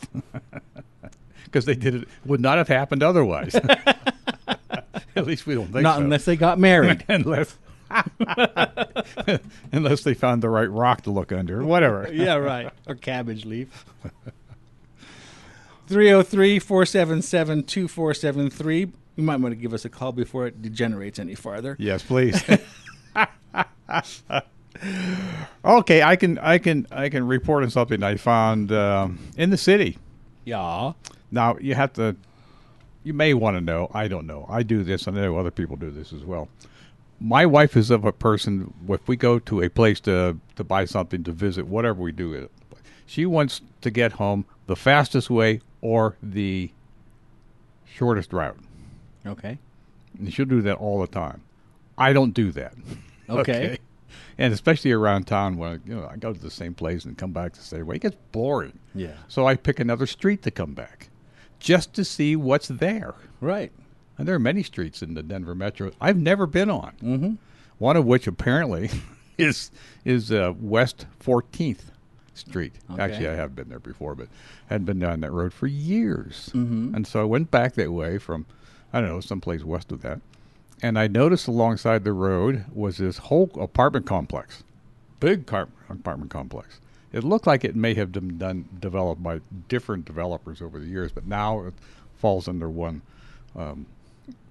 Because they did it would not have happened otherwise. At least we don't think Not so. unless they got married. unless unless they found the right rock to look under. Whatever. yeah, right. Or cabbage leaf. 303 477 2473. You might want to give us a call before it degenerates any farther. Yes, please. okay, I can I can I can report on something I found um, in the city. Yeah. Now you have to. You may want to know. I don't know. I do this. and I know other people do this as well. My wife is of a person. If we go to a place to to buy something to visit, whatever we do, it she wants to get home the fastest way or the shortest route. Okay. And she'll do that all the time. I don't do that. Okay. And especially around town when you know I go to the same place and come back the same way, it gets boring. Yeah. So I pick another street to come back, just to see what's there. Right. And there are many streets in the Denver metro I've never been on. Mm-hmm. One of which apparently is is uh, West 14th Street. Okay. Actually, I have been there before, but hadn't been down that road for years. Mm-hmm. And so I went back that way from, I don't know, someplace west of that. And I noticed alongside the road was this whole apartment complex, big car- apartment complex. It looked like it may have been done developed by different developers over the years, but now it falls under one um,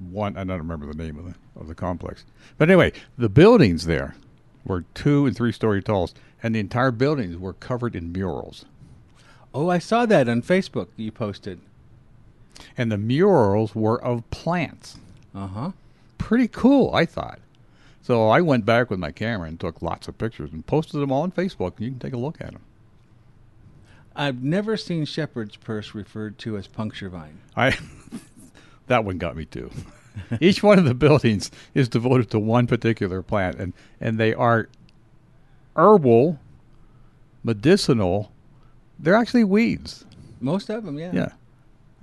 one I don't remember the name of the of the complex. But anyway, the buildings there were two and three story talls, and the entire buildings were covered in murals. Oh, I saw that on Facebook you posted. And the murals were of plants. Uh huh. Pretty cool, I thought. So I went back with my camera and took lots of pictures and posted them all on Facebook, and you can take a look at them. I've never seen shepherd's purse referred to as puncture vine. I that one got me too. Each one of the buildings is devoted to one particular plant, and and they are herbal, medicinal. They're actually weeds. Most of them, yeah. Yeah.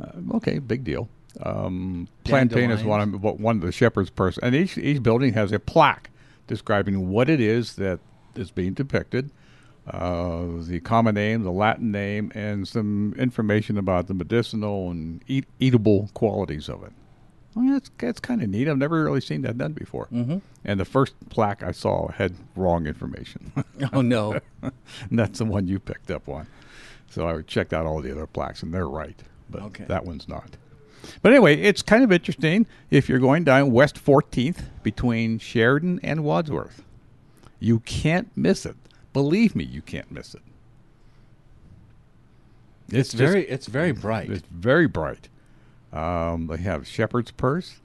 Uh, okay, big deal. Um, plantain is one of what- one of the shepherd's person, and each each building has a plaque describing what it is that is being depicted, uh, the common name, the Latin name, and some information about the medicinal and eat, eatable qualities of it. Well, that's that's kind of neat. I've never really seen that done before. Mm-hmm. And the first plaque I saw had wrong information. Oh, no. and that's the one you picked up on. So I checked out all the other plaques, and they're right, but Okay. that one's not. But anyway, it's kind of interesting if you're going down West 14th between Sheridan and Wadsworth. You can't miss it. Believe me, you can't miss it. It's just- very, it's very bright. it's very bright. Um, they have shepherd's purse,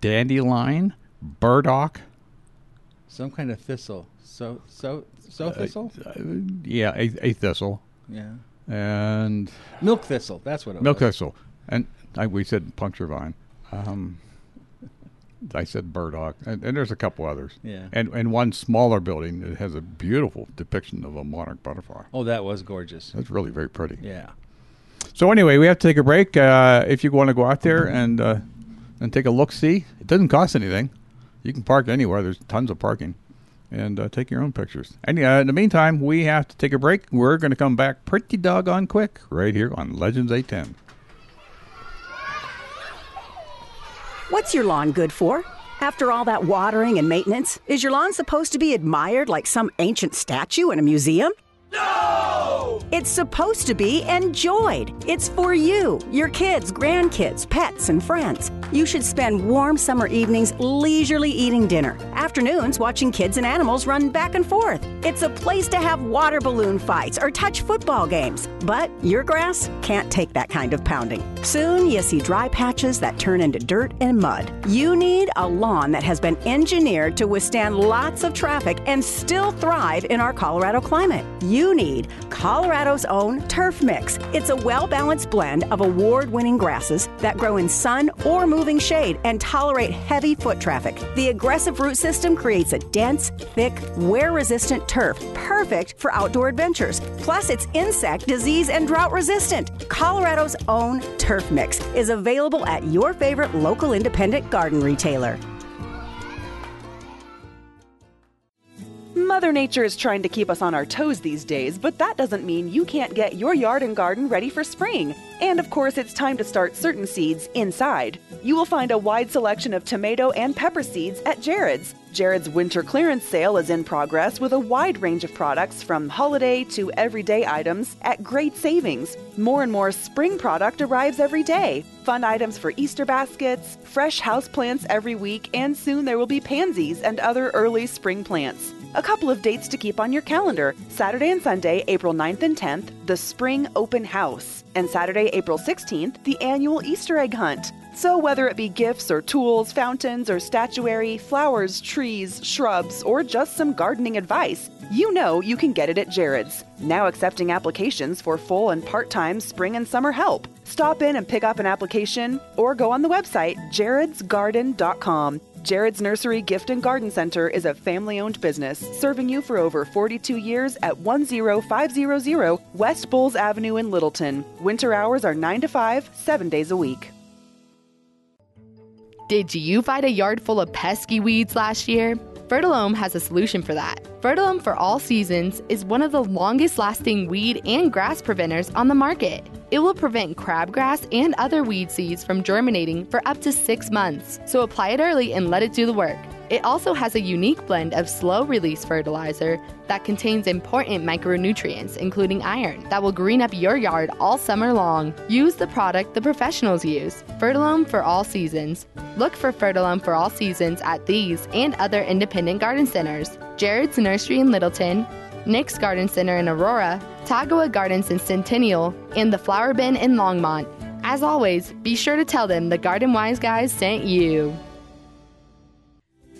dandelion, burdock, Some kind of thistle. So so Uh, so thistle. Yeah, a, a thistle yeah. and Milk thistle. That's what it milk was. thistle, and I, we said puncture vine. Um, I said burdock, and, and there's a couple others. Yeah. and and one smaller building that has a beautiful depiction of a monarch butterfly. Oh, that was gorgeous. That's really very pretty. Yeah. So anyway, we have to take a break. Uh, if you want to go out there and uh, and take a look, see it doesn't cost anything. You can park anywhere. There's tons of parking, and uh, take your own pictures. And uh, in the meantime, we have to take a break. We're going to come back pretty doggone quick right here on Legends 810. What's your lawn good for? After all that watering and maintenance, is your lawn supposed to be admired like some ancient statue in a museum? No! It's supposed to be enjoyed. It's for you, your kids, grandkids, pets, and friends. You should spend warm summer evenings leisurely eating dinner, afternoons watching kids and animals run back and forth. It's a place to have water balloon fights or touch football games. But your grass can't take that kind of pounding. Soon you see dry patches that turn into dirt and mud. You need a lawn that has been engineered to withstand lots of traffic and still thrive in our Colorado climate. You need Colorado's own Turf Mix. It's a well balanced blend of award winning grasses that grow in sun or moving shade and tolerate heavy foot traffic. The aggressive root system creates a dense, thick, wear resistant turf, perfect for outdoor adventures. Plus, it's insect, disease, and drought resistant. Colorado's own Turf Mix is available at your favorite local independent garden retailer. Mother Nature is trying to keep us on our toes these days, but that doesn't mean you can't get your yard and garden ready for spring. And of course, it's time to start certain seeds inside. You will find a wide selection of tomato and pepper seeds at Jared's. Jared's winter clearance sale is in progress with a wide range of products from holiday to everyday items at great savings. More and more spring product arrives every day. Fun items for Easter baskets, fresh houseplants every week, and soon there will be pansies and other early spring plants. A couple of dates to keep on your calendar Saturday and Sunday, April 9th and 10th, the Spring Open House, and Saturday, April 16th, the annual Easter egg hunt. So, whether it be gifts or tools, fountains or statuary, flowers, trees, shrubs, or just some gardening advice, you know you can get it at Jared's. Now accepting applications for full and part time spring and summer help. Stop in and pick up an application or go on the website jaredsgarden.com. Jared's Nursery Gift and Garden Center is a family owned business serving you for over 42 years at 10500 West Bulls Avenue in Littleton. Winter hours are 9 to 5, seven days a week. Did you fight a yard full of pesky weeds last year? Fertilome has a solution for that. Fertilome for All Seasons is one of the longest lasting weed and grass preventers on the market. It will prevent crabgrass and other weed seeds from germinating for up to six months, so apply it early and let it do the work. It also has a unique blend of slow release fertilizer that contains important micronutrients, including iron, that will green up your yard all summer long. Use the product the professionals use Fertilome for All Seasons. Look for Fertilome for All Seasons at these and other independent garden centers Jared's Nursery in Littleton, Nick's Garden Center in Aurora, Tagawa Gardens in Centennial, and the Flower Bin in Longmont. As always, be sure to tell them the Garden Wise Guys sent you.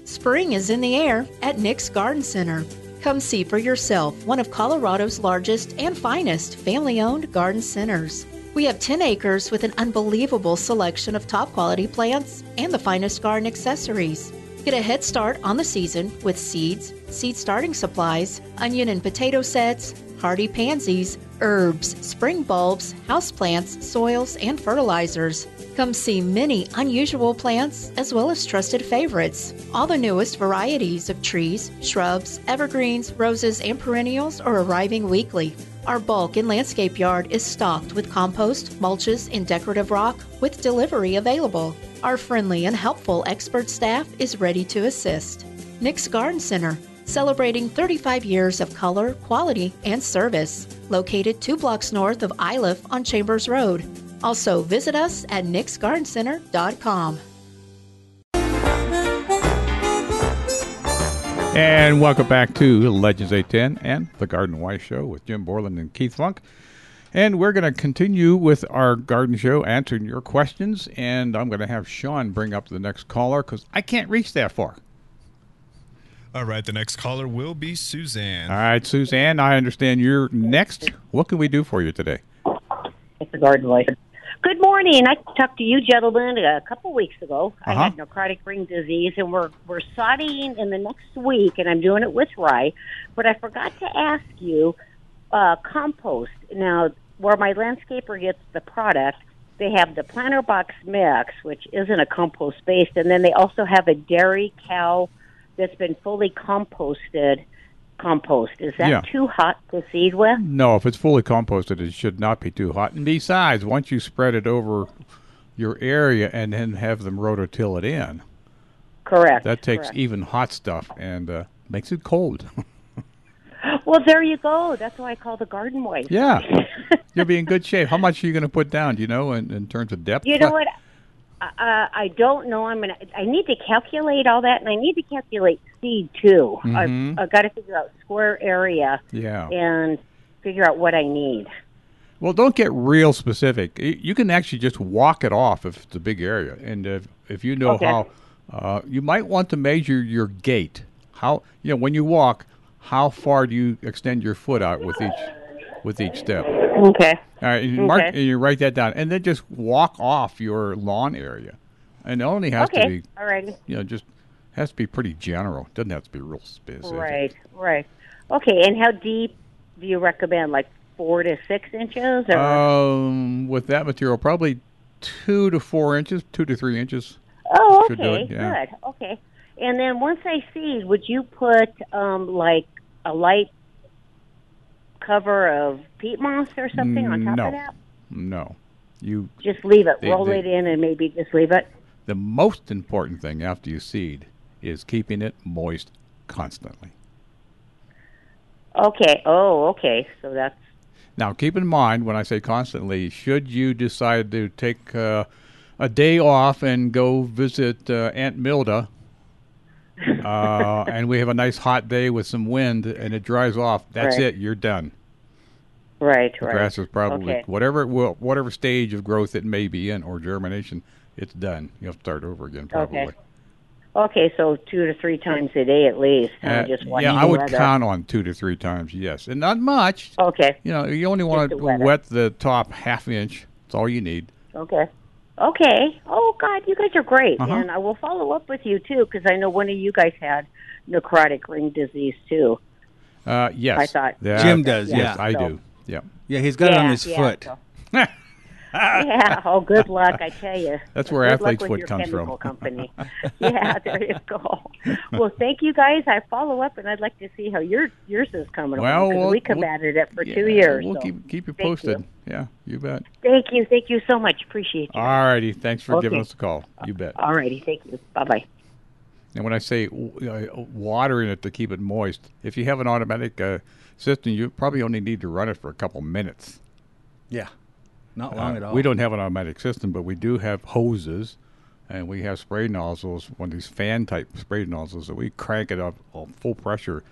Spring is in the air at Nick's Garden Center. Come see for yourself one of Colorado's largest and finest family owned garden centers. We have 10 acres with an unbelievable selection of top quality plants and the finest garden accessories. Get a head start on the season with seeds, seed starting supplies, onion and potato sets, hardy pansies, herbs, spring bulbs, houseplants, soils, and fertilizers. Come see many unusual plants as well as trusted favorites. All the newest varieties of trees, shrubs, evergreens, roses, and perennials are arriving weekly. Our bulk and landscape yard is stocked with compost, mulches, and decorative rock with delivery available. Our friendly and helpful expert staff is ready to assist. Nick's Garden Center, celebrating 35 years of color, quality, and service, located two blocks north of Iliff on Chambers Road. Also, visit us at nicksgardencenter.com. And welcome back to Legends 810 and the Garden Wise Show with Jim Borland and Keith Funk. And we're going to continue with our garden show, answering your questions. And I'm going to have Sean bring up the next caller because I can't reach that far. All right, the next caller will be Suzanne. All right, Suzanne, I understand you're next. What can we do for you today? It's a garden life. Good morning. I talked to you gentlemen a couple weeks ago. I Uh-huh. had necrotic ring disease, and we're we're sodding in the next week, and I'm doing it with rye. But I forgot to ask you uh, compost. Now, where my landscaper gets the product, they have the planter box mix, which isn't a compost based, and then they also have a dairy cow that's been fully composted. Compost is that Yeah. too hot to seed with? No, if it's fully composted, it should not be too hot. And besides, once you spread it over your area and then have them rototill it in, Correct. that takes correct. even hot stuff and uh, makes it cold. Well, there you go. That's why I call the garden waste. yeah, you'll be in good shape. How much are you going to put down? Do you know, in, in terms of depth? You know what? Uh, I don't know. I'm gonna. I need to calculate all that, and I need to calculate seed too. Mhm. I've, I've got to figure out square area Yeah. and figure out what I need. Well, don't get real specific. Y- You can actually just walk it off if it's a big area, and if if you know Okay. how, uh, you might want to measure your gait. How you know when you walk, how far do you extend your foot out with each with each step? Okay. All right, and you mark Okay. and you write that down, and then just walk off your lawn area, and it only has to okay. be All right. you know just has to be pretty general. Doesn't have to be real specific. Right. Right. Okay. And how deep do you recommend? Like four to six inches, or Um, with that material, probably two to four inches, two to three inches. Oh, Should okay, do it, yeah. good. Okay, and then once I seed, would you put um, like a light cover of peat moss or something on top no. of that? No, you. Just leave it, They- roll they- it in, and maybe just leave it. The most important thing after you seed is keeping it moist constantly. Okay. Oh, okay. So that's Now, keep in mind when I say constantly, should you decide to take uh, a day off and go visit uh, Aunt Milda, uh, and we have a nice hot day with some wind and it dries off, that's Right. it, you're done. right. The right. grass is probably Okay. whatever it will, whatever stage of growth it may be in or germination, it's done. You have to start over again probably. Okay. Okay, so two to three times a day at least. Uh, and just watch yeah, the I would weather. count on two to three times. Yes, and not much. Okay. You know, you only want to the weather. wet the top half inch. That's all you need. Okay. Okay. Oh God, you guys are great, Uh-huh. and I will follow up with you too because I know one of you guys had necrotic ring disease too. Uh, yes, I thought- That- Jim does, Yes, yeah. I So- do. Yeah. Yeah, he's got it Yeah, on his yeah, foot. so- yeah. Oh, good luck, I tell you. That's where good luck athlete's with foot your comes from. chemical Company. yeah, there you go. Well, thank you guys. I follow up, and I'd like to see how your yours is coming Well, along 'cause we'll- we combated it for two years. We'll so keep keep you thank posted. Yeah, you bet. Thank you, thank you so much. Appreciate you. All righty. Thanks for giving Okay. us a call. You bet. All righty, thank you. Bye bye. And when I say w- uh, watering it to keep it moist, if you have an automatic uh, system, you probably only need to run it for a couple minutes. Yeah. Oh, Not long Uh, at all. We don't have an automatic system, but we do have hoses, and we have spray nozzles, one of these fan type spray nozzles that we crank it up on full pressure,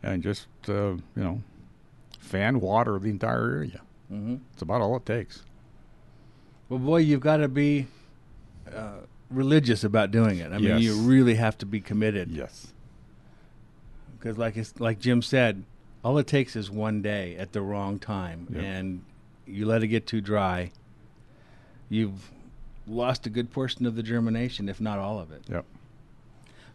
and just uh, you know, fan water the entire area. Mhm. It's about all it takes. Well, boy, you've got to be uh, religious about doing it. I mean, Yes. you really have to be committed. Yes. Because, like it's, like Jim said, all it takes is one day at the wrong time, Yep. and you let it get too dry. You've lost a good portion of the germination, if not all of it. Yep.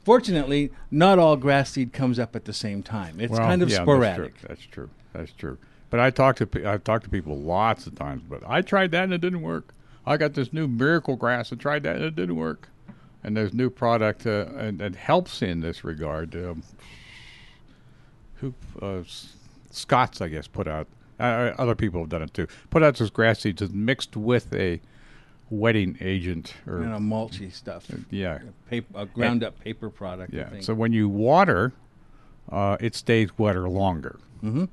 Fortunately, not all grass seed comes up at the same time. It's Well, kind of yeah, that's true. sporadic. That's true. That's true. But I talked to pe- I've talked to people lots of times. But I tried that and it didn't work. I got this new miracle grass and tried that and it didn't work. And there's new product uh, and that helps in this regard. Um, who uh, S- Scott's I guess put out. Uh, other people have done it too. Put out this grass seeds that's mixed with a wetting agent or And a mulchy stuff. yeah. Paper, a ground up paper product. I yeah. think. So when you water, uh, it stays wetter longer. Mm-hmm.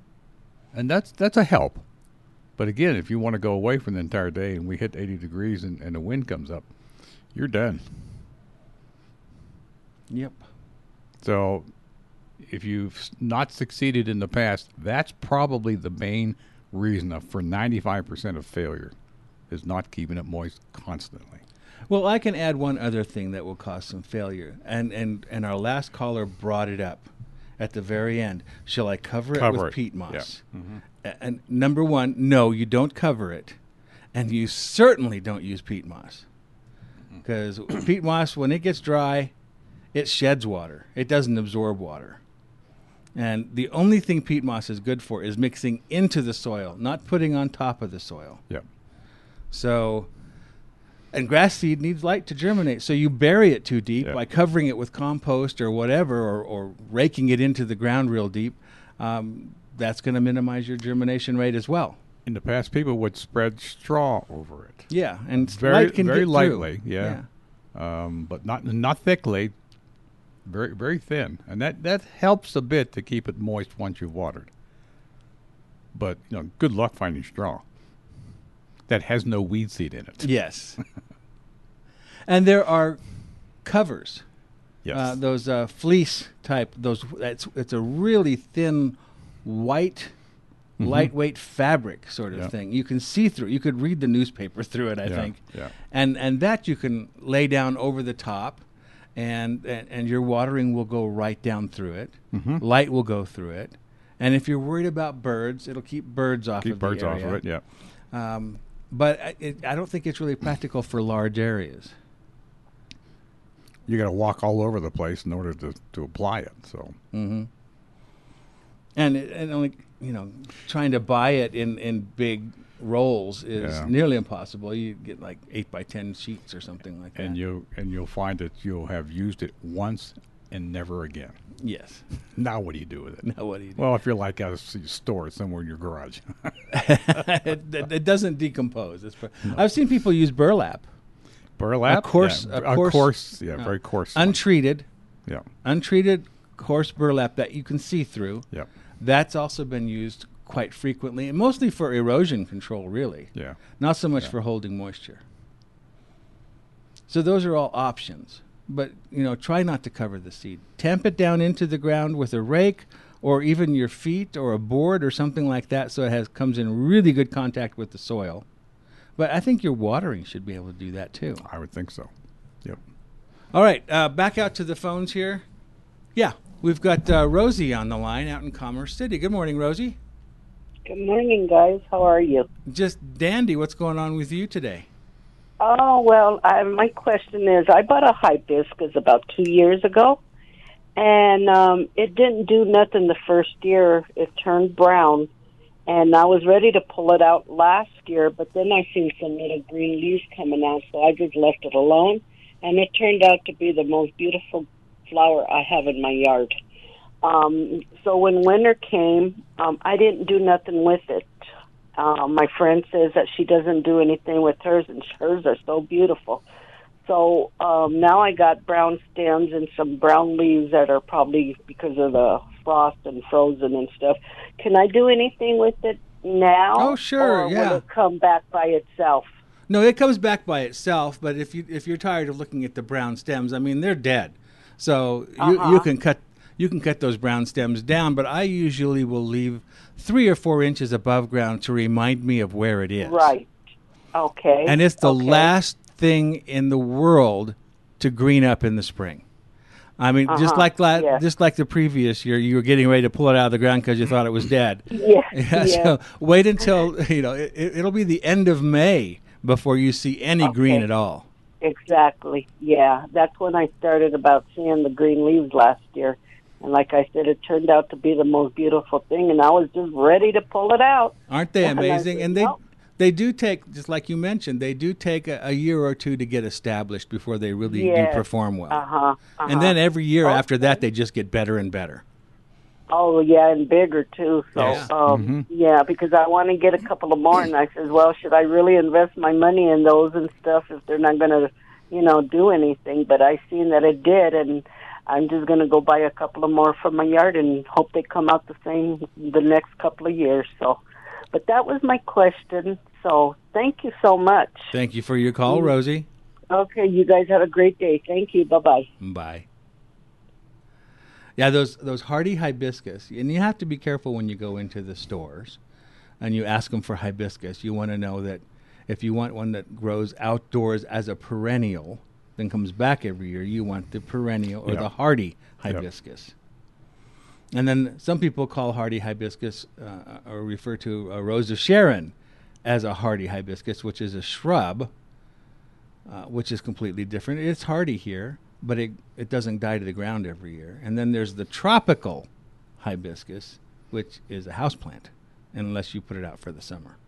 And that's that's a help. But again, if you want to go away for the entire day and we hit 80 degrees and, and the wind comes up, you're done. Yep. So if you've s- not succeeded in the past, that's probably the main reason of, for 95% of failure is not keeping it moist constantly. Well, I can add one other thing that will cause some failure, and and and our last caller brought it up at the very end. Shall I cover it Cover with it, peat yeah. moss? Mhm. A- And number one, no, you don't cover it, and you certainly don't use peat moss, Mm-hmm. because peat moss, when it gets dry, it sheds water. It doesn't absorb water. And the only thing peat moss is good for is mixing into the soil, not putting on top of the soil. Yep. So, and grass seed needs light to germinate. So you bury it too deep by covering it with compost or whatever, or, or raking it into the ground real deep. Um, that's going to minimize your germination rate as well. In the past, people would spread straw over it. Yeah, and very light can very get through. lightly, yeah, Um, but not not thickly, very very thin, and that that helps a bit to keep it moist once you've watered. But you know, good luck finding straw that has no weed seed in it. Yes. and there are covers. Yes. Uh, those uh, fleece type. Those. That's. It's a really thin, white, Mhm. lightweight fabric sort of Yeah. thing. You can see through. You could read the newspaper through it. I Yeah, think. yeah. And and that you can lay down over the top, and and, and your watering will go right down through it. Mhm. Light will go through it. And if you're worried about birds, it'll keep birds off Keep of birds the off of area. it, yeah. Um, but I, it, I don't think it's really practical for large areas. You got to walk all over the place in order to, to apply it. So Mm-hmm. And it, and only you know trying to buy it in in big rolls is Yeah. nearly impossible. You get like eight by ten sheets or something like that. and you and you'll find that you'll have used it once and never again. Yes. Now what do you do with it? Now what do you do? Well, if you're like out of s- store somewhere in your garage. it, it it doesn't decompose. It's per- I've seen people use burlap. Burlap? a coarse, Yeah, a a coarse, coarse- yeah, very coarse one. untreated, Yeah. untreated coarse burlap that you can see through. Yep. that's also been used quite frequently, and mostly for erosion control, really. Yeah. not so much for holding moisture. So those are all options, but you know, try not to cover the seed. Tamp it down into the ground with a rake. Or even your feet, or a board, or something like that, so it has comes in really good contact with the soil. But I think your watering should be able to do that too. I would think so. Yep. All right, uh, back out to the phones here. Yeah, we've got uh, Rosie on the line out in Commerce City. Good morning, Rosie. Good morning, guys. How are you? Just dandy. What's going on with you today? Oh, well, I, my question is I bought a hibiscus about two years ago, and um, it didn't do nothing the first year. It turned brown, and I was ready to pull it out last year, but then I seen some little green leaves coming out, so I just left it alone, and it turned out to be the most beautiful flower I have in my yard. Um, so when winter came, um, I didn't do nothing with it. Uh, my friend says that she doesn't do anything with hers, and hers are so beautiful. So um, now I got brown stems and some brown leaves that are probably because of the frost and frozen and stuff. Can I do anything with it now? Oh, sure, or yeah. Will it come back by itself? No, it comes back by itself. But if you if you're tired of looking at the brown stems, I mean they're dead. So you, Uh-huh. you can cut you can cut those brown stems down. But I usually will leave three or four inches above ground to remind me of where it is. Right. Okay. And it's the last thing in the world to green up in the spring. I mean, just Uh-huh, like la- yeah. just like the previous year, you were getting ready to pull it out of the ground because you thought it was dead. Yeah, yeah. So wait until you know it, it- it'll be the end of May before you see any green at all. Exactly. Yeah, that's when I started about seeing the green leaves last year, and like I said, it turned out to be the most beautiful thing, and I was just ready to pull it out. Aren't they Yeah, and I amazing? said, And they "Nope." they do take just like you mentioned, they do take a, a year or two to get established before they really Yes. Uh-huh. do perform well. Uh huh. And then every year after that, they just get better and better. oh yeah, and bigger too. So Yeah. um, Mhm. yeah, because I want to get a couple of more, and I says, well, should I really invest my money in those and stuff if they're not going to, you know, do anything? But I seen that it did, and. I'm just going to go buy a couple of more from my yard and hope they come out the same the next couple of years. So, but that was my question. So, thank you so much. Thank you for your call, Mm. Rosie. Okay, you guys have a great day. Thank you. Bye bye. Bye. Yeah, those those hardy hibiscus, and you have to be careful when you go into the stores, and you ask them for hibiscus. You want to know that If you want one that grows outdoors as a perennial, then comes back every year, you want the perennial or Yeah. the hardy Yeah. hibiscus. And then some people call hardy hibiscus uh, or refer to a rose of Sharon as a hardy hibiscus, which is a shrub, uh, which is completely different. It's hardy here, but it, it doesn't die to the ground every year. And then there's the tropical hibiscus, which is a houseplant, unless you put it out for the summer.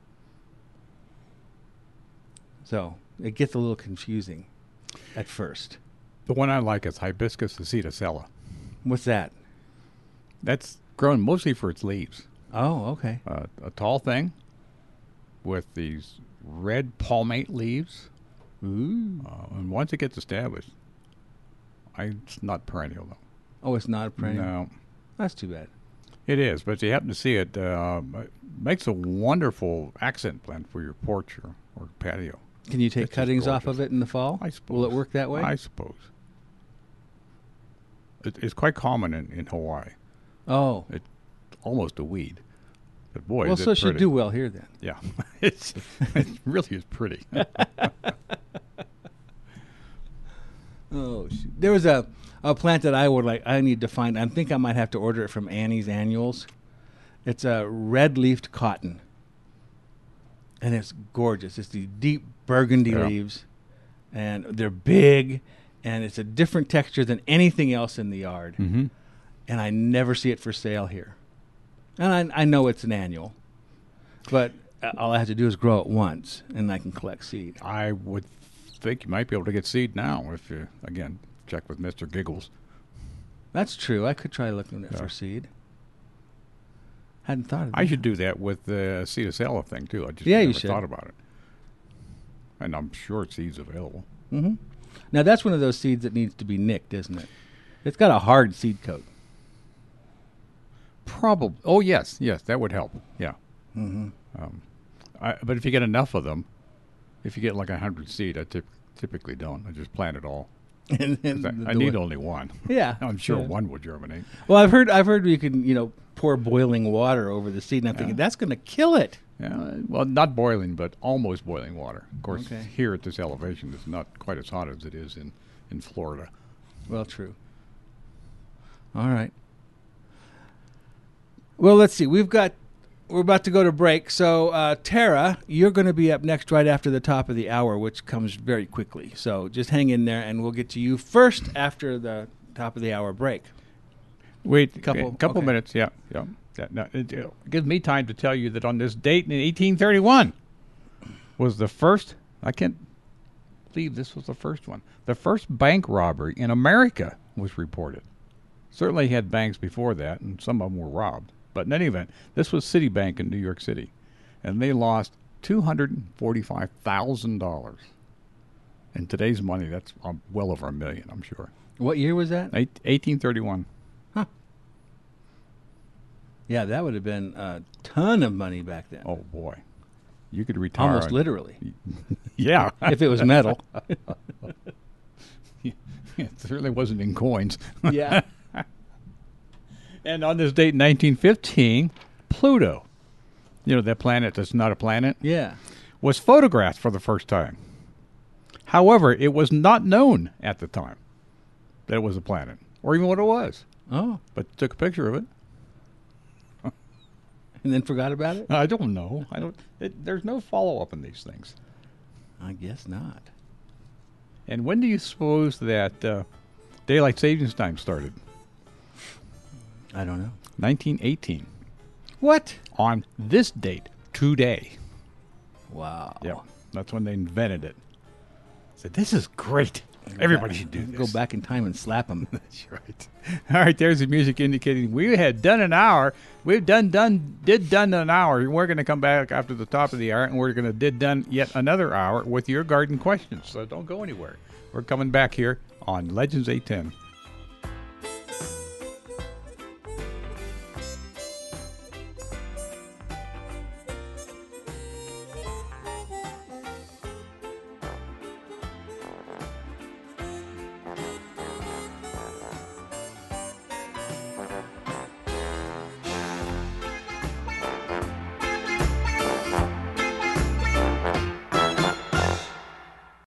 So it gets a little confusing at first. The one I like is Hibiscus acetosella. What's that? That's grown mostly for its leaves. Oh, okay. Uh, a tall thing with these red palmate leaves. Ooh. Uh, and once it gets established, I, it's not perennial though. Oh, it's not a perennial? No. That's too bad. It is, but if you happen to see it, uh, it makes a wonderful accent plant for your porch or, or patio. Can you take It's just cuttings off gorgeous. of it in the fall? I suppose. Will it work that way? I suppose. It, it's quite common in, in Hawaii. Oh. It's almost a weed. But boy, well, is so it it should pretty. do well here then. Yeah. it's, it really is pretty. Oh, shoot. there was a, a plant that I would like. I need to find. I think I might have to order it from Annie's Annuals. It's a red leafed cotton, and it's gorgeous. It's these deep burgundy Yeah. leaves, and they're big, and it's a different texture than anything else in the yard. Mm-hmm. Mhm. And I never see it for sale here, and I, I know it's an annual, but uh, all I have to do is grow it once, and I can collect seed. I would think you might be able to get seed now if you, again, check with Mr. Giggles. That's true. I could try looking at for seed. Hadn't thought of that. I should do that with the acetosella thing too. I just Yeah, you never should. thought about it. And I'm sure seeds available. hmm Now that's one of those seeds that needs to be nicked, isn't it? It's got a hard seed coat. Probably. Oh yes, yes, that would help. Yeah. Mm-hmm. Um, I, but if you get enough of them, if you get like a hundred seed, I typ- typically don't. I just plant it all. And 'Cause then I, I the need one- only one. Yeah, I'm sure yeah. one will germinate. Well, I've heard I've heard you can you know pour boiling water over the seed, and I'm thinking that's going to kill it. Yeah. Well, not boiling, but almost boiling water. Of course, Okay. here at this elevation, it's not quite as hot as it is in in Florida. Well, true. All right. Well, let's see. We've got we're about to go to break. So, uh, Tara, you're going to be up next right after the top of the hour, which comes very quickly. So, just hang in there, and we'll get to you first after the top of the hour break. Wait, Couple- couple couple okay. minutes. Yeah, yeah. That, no, it, it gives me time to tell you that on this date in 1831 was the first. I can't believe this was the first one. The first bank robbery in America was reported. Certainly had banks before that, and some of them were robbed. But in any event, this was Citibank in New York City, and they lost two hundred and forty-five thousand dollars. In today's money, that's um, well over a million, I'm sure. What year was that? Eight, 1831. Yeah, that would have been a ton of money back then. Oh boy, you could retire almost on- literally. yeah, if it was metal. it certainly wasn't in coins. Yeah. and on this date, in 1915, Pluto, you know that planet that's not a planet, yeah, was photographed for the first time. However, it was not known at the time that it was a planet or even what it was. Oh, but took a picture of it. And then forgot about it? I don't know. I don't. It, there's no follow up on these things. I guess not. And when do you suppose that uh, daylight savings time started? I don't know. 1918. What? On this date, today. Wow. Yep. That's when they invented it. Said this is great. Everybody should do this. Go back in time and slap them. That's right. All right, there's the music indicating we had done an hour. We've done done did done an hour. and We're going to come back after the top of the hour, and we're going to did done yet another hour with your garden questions. So don't go anywhere. We're coming back here on Legends 810.